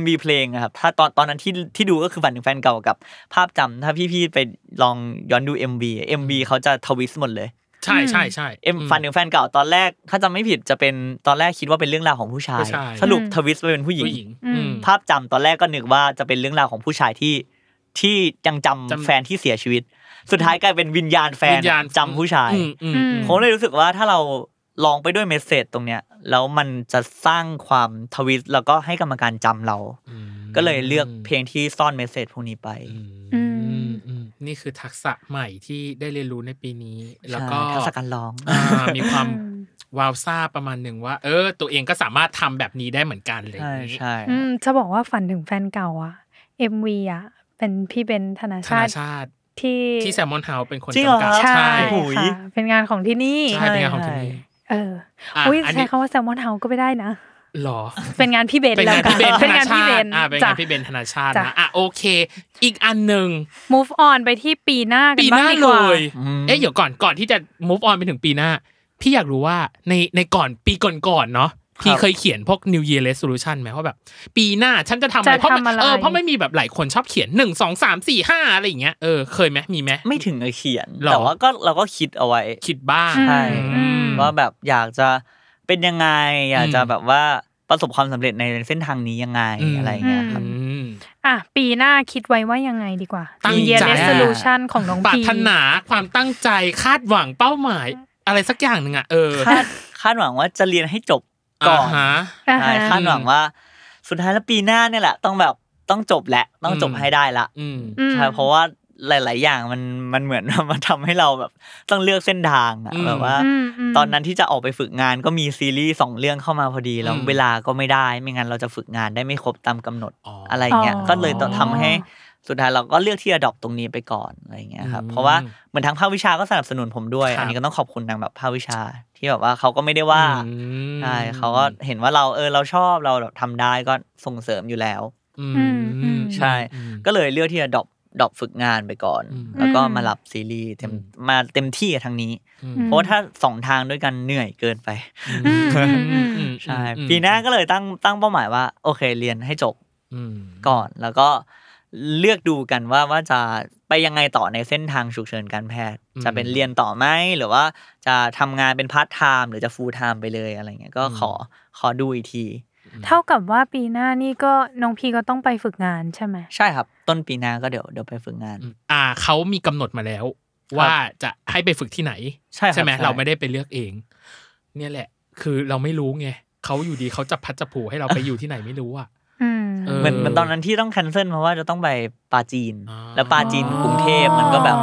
C: MV เพลงอะครับถ้าตอนตอนนั้นที่ที่ดูก็คือฝันถึงแฟนเก่ากับ ภาพจำถ้าพี่ๆไปลองย้อนดู MV อะ MV เขาจะทวิสต์หมดเลย
A: ใช่ใช่ใช่
C: เอ็มฝันถึงแฟนเก่าตอนแรกถ้าจำไม่ผิดจะเป็นตอนแรกคิดว่าเป็นเรื่องราวของผู้ชาย
A: ผู้ชาย
C: สรุป
B: อืม
C: ทวิสต์ไปเป็นผู้หญิง
A: ผู้หญิง
B: อืม
A: อืม
C: ภาพจำตอนแรกก็นึกว่าจะเป็นเรื่องราวของผู้ชายที่ที่ยังจำ
A: จำ
C: แฟนที่เสียชีวิต สุดท้ายกลายเป็นวิญญาณแฟน
A: วิญญาณ
C: จำผู้ชาย
A: อืมอืมอืม
C: ผมเลยรู้สึกว่าถ้าเราลองไปด้วยเมสเซจตรงเนี้ยแล้วมันจะสร้างความทวิสต์แล้วก็ให้กรรมการจำเรา
A: อืม
C: ก็เลยเลือกเพลงที่ซ่อนเมสเซจพวกนี้ไป
B: อื
A: อื
B: ม
A: มอืมนี่คือทักษะใหม่ที่ได้เรียนรู้ในปีนี้
C: ใช่
A: แล้วก็
C: ทักษะการร้อง
A: ามีความวาวซ่าประมาณหนึ่งว่า เออ ตัวเองก็สามารถทำแบบนี้ได้เหมือนกันอะไรอย่า
C: ใช่
A: งนี้
C: ใช่
B: อืมจะบอกว่าฝันถึงแฟนเก่าอะเอ็มวีอะเป็นพี่เบนธนา
A: ธ
B: ชา
A: นา
B: ติ
A: ชาติ
B: ที่
A: ที่แซมมอนเฮาเป็นคน
C: จริงเหรอ
A: จำกับ
C: ครับ
B: ใช่
A: ใช่
C: โอ้โห
B: ค่ะเป็นงานของที่นี่
A: ใช่เป็นงานของทีมนี้
B: เออ
A: อ่ะ
B: อุ้ย
A: อัน
B: ใช้
A: นี้
B: คำว่าแซลมอนเฮาก็ไม่ได้นะ
A: หรอ
B: เป็นงานพี่เบน
A: เป็น
B: แล้ว
A: งาน
B: กั
A: พี่เบนธ
B: เป็
A: นาง
B: นานพี่
A: ชา
B: เบ
A: ติ
B: น
A: อ่ะเป็นงานพี่เบนธนาชาติ
B: จ้ะ
A: นะอ่ะโอเค อีกอันหนึ่ง
B: move on ไปที่ปีหน้ากัน
A: ปีห
B: บ้าง
A: น้า
B: ดี
A: เล
B: กว่า
A: ย
C: อืม
A: เอ๊ะเดี๋ยวก่อนก่อนที่จะ move on ไปถึงปีหน้า พี่อยากรู้ว่าในในก่อนปีก่อนๆเนาะพี่เคยเขียนพวก New Year Resolution ไหมว่าแบบ ปีหน้าฉันจะทำอะไร
B: จะ
A: เพราะมัน
B: ทำอะไร
A: เออเพราะไม่มีแบบหลายคนชอบเขียนหนึ่งสองสามสี่ห้าอะไรอย่างเงี้ยเออเคยไหมมีไหม
C: ไม่ถึงกับเขียน
A: หรอ
C: แต่ว่าก็เราก็คิดเอาไว้
A: คิดบ้าง
B: อืม
C: ใช่
B: อืม
C: ว่าแบบอยากจะเป็นยังไง อยากจะ
A: อืม
C: แบบว่าประสบความสำเร็จในเส้นทางนี้ยังไง
A: อืม
C: อะไรอย่างเงี้ยครับ
A: อืม
B: อ่ะปีหน้าคิดไว้ว่ายังไงดีกว่า
A: ตั้ง
B: New Year
A: ใจ
B: Resolution ของน้อง
A: ปราร
B: พี
A: ถนาความตั้งใจคาดหวังเป้าหมาย อะไรสักอย่างหนึ่งอ่ะเออ
C: คาดคาดหวังว่าจะเรียนให้จบก่อนา
A: ฮะ
B: อ่า
C: ใช่
B: ฮะ
C: คาดหวังว่า สุดท้ายแล้วปีหน้าเนี่ยแหละ ต้องแบบต้องจบแหละ ต้องจบ
A: อืม
C: ให้ได้ละ
A: อืม
B: อืม
C: ใช่เพราะว่าหลาย ๆ อย่างมันมันเหมือน <laughs> มันทำให้เราแบบ ต้องเลือกเส้นทางอะ
A: อืม
C: แบบว่า
B: อืมม
C: ตอนนั้นที่จะออกไปฝึกงานก็มีซีรีส์สองเรื่องเข้ามาพอดีแล้ว
A: อืม
C: เวลาก็ไม่ได้ ไม่งั้นเราจะฝึกงานได้ไม่ครบตามกำหนด
A: อ๋ออ
C: อะไรเงี้ย
B: อ๋อ
C: ก็เลยต้องทำให้สุดท้ายเราก็เลือกที่จะดรอปตรงนี้ไปก่อนอะไรเงี้ยครับ
A: อืม
C: เพราะว่าเหมือนทางภาควิชาก็สนับสนุนผมด้วย
A: ครับ
C: อันนี้ก็ต้องขอบคุณทางแบบภาควิชาที่แบบว่าเขาก็ไม่ได้ว่า
A: อืม
C: ใช่เขาก็เห็นว่าเราเออเราชอบเราแบบทำได้ก็ส่งเสริมอยู่แล้ว
A: อื
B: อืมอื
A: ม
B: ม
C: ใช่ ก็เลยเลือกที่จะดรอปดรอปฝึกงานไปก่อน
A: อืม
C: แล้วก็มารับซีรีส์เต็มมาเต็มที่กับทางนี้
A: อืม
B: อืม
C: เพราะว่าถ้าสองทางด้วยกันเหนื่อยเกินไป
B: อืมอืมอืม
A: อืม
C: ใช่
A: อืม
C: ปีหน้าก็เลยตั้งตั้งเป้าหมายว่า โอเคเรียนให้จบ
A: อืม
C: ก่อน แล้วก็เลือกดูกันว่าว่าจะไปยังไงต่อในเส้นทางฉุกเฉินการแพทย์
A: อืม
C: จะเป็นเรียนต่อไหมหรือว่าจะทำงานเป็นพาร์ทไทม์หรือจะฟูลไทม์ไปเลยอะไรเงี้ยก็
A: อืม
C: ขอขอดูอีกที
B: เท่ากับว่าปีหน้านี่ก็น้องพีก็ต้องไปฝึกงานใช่ไหม
C: ใช่ครับ ต้นปีหน้าก็เดี๋ยวเดี๋ยวไปฝึกงาน
A: อืมอ่าเขามีกำหนดมาแล้ว ว่าจะให้ไปฝึกที่ไหน
C: ใช่ครับ
A: ไหม
C: ใช่
A: เราไม่ได้ไปเลือกเอง เนี่ยแหละ คือเราไม่รู้ไงเขาอยู่ดีเขาจะพัดจะผูให้เราไปอยู่ที่ไหนไม่รู้อ่ะ
B: อืม
A: เอ
C: เหมือนเหมือนตอนนั้นที่ต้องแคนเซิลเพราะว่าจะต้องไปปาจีน
A: อ๋อ
C: แล้วปาจีนกรุงเทพมันก็แบบ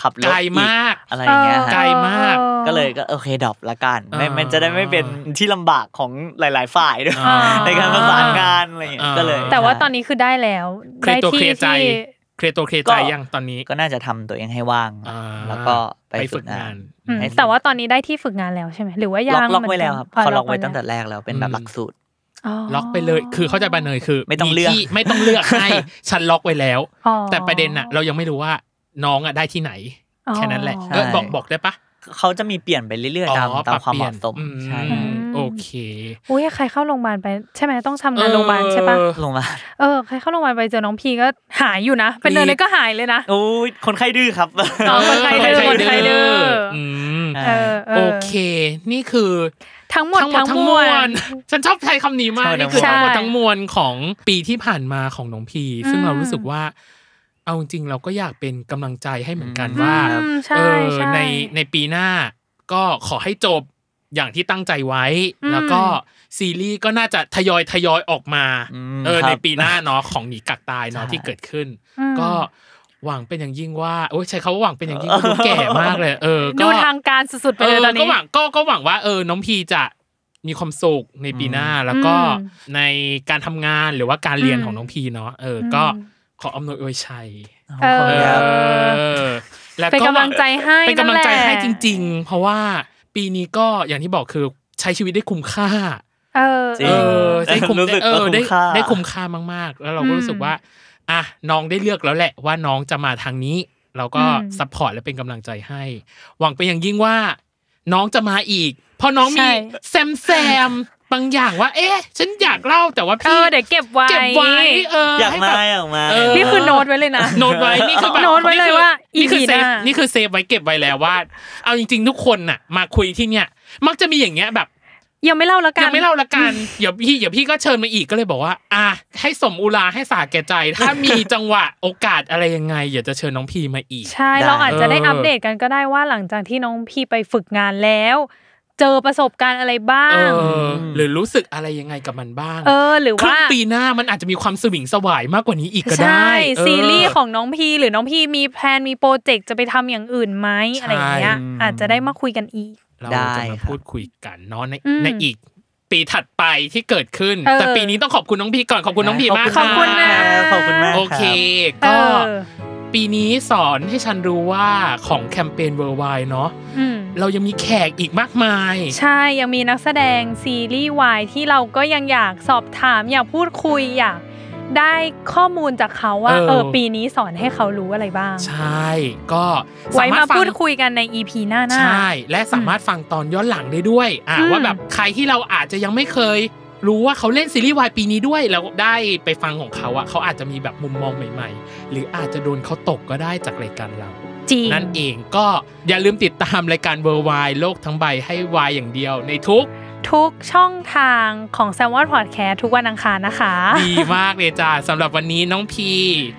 C: ขับรถ
A: ไกล
C: อี
A: มาก
C: อะไรอย่างเงี้ย
A: ไก
C: ฮะ
A: ลมาก
C: ก็เลยก็โอเคดรอปละกันไม่
A: อ่ามั
C: มันจะได้ไม่เป็นที่ลำบากของหลาย ๆ ฝ่ายด้วย
A: อ่า
C: ในการประสานงานอะไรอย่างเงี้ย
A: อ่า
C: ก็เลย
B: แต่ว่าตอนนี้คือได้แล้ว
A: เคลียร์
B: ได้
A: ตัวเคลี
B: ที่
A: ยร์ใจ
B: ที่
A: เคลียร์ตัวเคลียร์ใจยังตอนนี้
C: ก็น่าจะทำตัวเองให้ว่าง
A: อ่า
C: แล้วก็ไป
A: ไปฝึ
C: ฝึ
A: กงาง
C: กาน น
B: อืม
C: ให้
B: แต่ว่าตอนนี้ได้ที่ฝึกงานแล้วใช่ไหมหรือว่ายั
C: ล็อง กล็อกไว้
B: เหมืน
C: แล้
B: น
C: วครับเขาล็อกไว้
B: แล้
C: ตั้งแต่แรกแล้วเป็นแบบหลักสูตร
B: อ๋อ
A: ล็อกไปเลย คือเข้าใจปะเนยคือ
C: ไม่ต้องเลือก
A: ที่ไม่ต้องเลือกให้ฉันล็อกไว้แล้ว
B: อ๋อ
A: แต่ประเด็นอะเรายังไม่รู้ว่าน้องอะได้ที่ไหน
B: อ๋อ
A: แค่นั้นแหละเอ้ยบอกบอกได้ปะ
C: เขาจะมีเปลี่ยนไปเรื่อย ๆ ตาม
A: อ๋อ
C: ตามความ
A: ป
C: เหมาะ
A: รับ
C: สม
A: ปลี่ยน
C: ใช่
A: อืม
B: อืม
A: โอเค
B: อุ้ยใครเข้าโรงพยาบาลไปใช่ไหมต้องทำงานโรงพยาบาลใช่ปะ
A: เออ
C: ลงมา <laughs>
B: เออใครเข้าโรงพยาบาลไปเจอน้องพีก็หายอยู่นะ เป็น
A: กรี๊ด
B: เนินเลยก็หายเลยนะ
C: โอ้ยคนไข้ดื้อครับ
B: อ๋อคนไข้ เดื้อคนไข้เดื้อ
A: ม
C: ใช่
B: เออเออ
A: โอเค นี่คือ
B: ทั้งหมด
A: ทั้งหมดทั้งมวล ฉันชอบใช้คำนี้มาก
C: ใช่
A: นี่คือทั้
B: ใช่
A: งหมดทั้งมวลของปีที่ผ่านมาของน้องพี ซึ่ง
B: อืม
A: เรารู้สึกว่า เอาจริงๆเราก็อยากเป็นกำลังใจให้เหมือนกัน
B: อื
A: ว่า
B: ม
A: เอ
B: ใช่
A: อ
B: ช่
A: ในในปีหน้าก็ขอให้จบอย่างที่ตั้งใจไว้
B: อืม
A: แล้วก็ซีรีส์ก็น่าจะทยอยทยอยออกมา
C: อืม
A: เออ
C: ครับ
A: ในปีหน้าเนาะของหนีกักตายเนาะที่เกิดขึ้น
B: อืม
A: ก็หวังเป็นอย่างยิ่งว่าโอ้ยใช้คำว่าหวังเป็น
C: <laughs>
A: อย่างยิ่งก็ดูแก่มากเลยเออก็
B: ดูทางการสุดๆไป
A: เอ
B: เล
A: อย
B: ตอน
A: ก็
B: นี้
A: หวังก็ก็หวังว่าเออน้องพีจะมีความสุขในปีหน้าแล้วก็
B: อืม
A: ในการทำงานหรือว่าการเรียน
B: อืม
A: ของน้องพีเนาะเอออ
B: ม
A: ก็ขออำนวยอวยชัย
C: ขอบคุณครับ
A: เออแล้ว
B: เป็นกำลังใจให้
A: เป็นกำลังใจ
B: นั่นแหละ
A: ให้จริง ๆ เพราะว่าปีนี้ก็อย่างที่บอกคือ ใช้ชีวิตได้คุ้มค่า
B: เออ
C: จริ
A: เอง อได้คุ้ม
C: รู้สึก
A: เออ
C: ว่าคุ้
A: ได้
C: มค่า
A: ได้คุ้มค่ามากๆ แล้วเราก็รู้สึกว่า อ่ะน้องได้เลือกแล้วแหละว่าน้องจะมาทางนี้ เราก็ซัพพอร์ตและเป็นกำลังใจให้ หวังไปนอย่างยิ่งว่า น้องจะมาอีก เพราะน้องมีแซมแซมบางอย่างว่า เอ๊ะ ฉันอยากเล่าแต่ว่า
B: เอ
A: พี่
B: อเดี๋ยวเก็บไว้
A: เก็บไว้เออ
C: อยาก
A: ให้
C: มา
A: แบบ
C: อยากมา
A: เออ
B: นี่คือโน้ตไว้เลยนะ
A: โน้ตไว้นี่คือแบบ
B: โน้ตไว้เลยว่า
A: นี่คือ
B: EP
A: เซฟ
B: หน้านี่
A: นี่คือเซฟไว้เก็บไว้แล้วว่า เอาจริง ๆ ทุกคนน่ะ มาคุยที่เนี่ย มักจะมีอย่างเงี้ยแบบ
B: ยังไม่เล่าละกัน
A: ยังไม่เล่าละกัน เดี๋ยวพี่เดี๋ยวพี่ก็เชิญมาอีกก็เลยบอกว่า อ่ะให้สมอุราให้สาแก่ใจ ถ้ามีจังหวะโอกาสอะไรยังไงอยากจะเชิญน้องพีมาอีก
B: ใช่เราอาจจะได้
A: เอออั
B: อัปเดตกันก็ได้ว่าหลังจากที่น้องพี่ไปฝึกงานแล้ว เจอประสบการณ์อะไรบ้า
A: เอง อ หรือรู้สึกอะไรยังไงกับมันบ้าง
B: เออหรือ
A: ครึ่
B: ว่าง
A: ปีหน้ามันอาจจะมีความสวิงสวายมากกว่านี้อีกก็
B: ใช
A: ได้
B: ่
A: เออ
B: ซีรีส์ของน้องพี่หรือน้องพี่มีแพลนมีโปรเจกต์จะไปทำอย่างอื่นไหมอะไรอย่างเงี้ย
A: ใช่
B: อาจจะได้มาคุยกันอีก
A: เรา
C: ได้
A: จะมา
C: ครับ
A: พูดคุยกันเนาะใน
B: อืม
A: ในอีก ปีถัดไปที่เกิดขึ้น
B: เออ
A: แต่ปีนี้ต้องขอบคุณน้องพีก่อนขอบคุณน้องพีมาก
B: ขอบคุณนะ
C: รับขอบคุณมาก
A: โอเค
C: รับ
A: ก็
B: เออ
A: ปีนี้สอนให้ฉันรู้ว่าของแคมเปญเวอร์ไวเนาะ
B: อืม
A: เรายังมีแขกอีกมากมาย
B: ใช่ยังมีนักแสดงซีรีส์วายที่เราก็ยังอยากสอบถามอยากพูดคุยอยากได้ข้อมูลจากเขาว่า
A: เออ
B: เออปีนี้สอนให้เขารู้อะไรบ้าง
A: ใช่ ก็
B: ไว้มา
A: ฟัง
B: พูดคุยกันใน EP หน้าหน้า
A: ใช่ และสามารถฟังตอนย้อนหลังได้ด้วย อ่า
B: อืม
A: ว่าแบบใครที่เราอาจจะยังไม่เคย รู้ว่าเขาเล่นซีรีส์วายปีนี้ด้วยแล้วได้ไปฟังของเขาอะเขาอาจจะมีแบบมุมมองใหม่ ๆ หรืออาจจะโดนเขาตกก็ได้จากรายการเรา
B: จริง
A: นั่นเองก็อย่าลืมติดตามรายการเวอร์ไวโลกทั้งใบให้วายอย่างเดียวในทุก
B: ทุกช่องทางของ s ซ l m o n Podcast ทุกวันอังคารนะคะ
A: ดีมากเลยจ้าสำหรับวันนี้น้องพี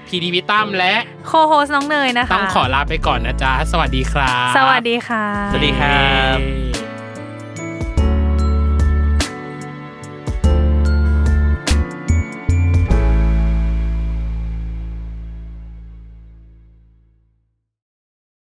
A: พีดีพิตั้มและ
B: โคโฮสน้องเนยนะคะ
A: ต้องขอลาไปก่อนนะจ๊ะ สวัสดีครับ
B: สวัสดีค่ะ
C: สวัสดีครับ
A: เย้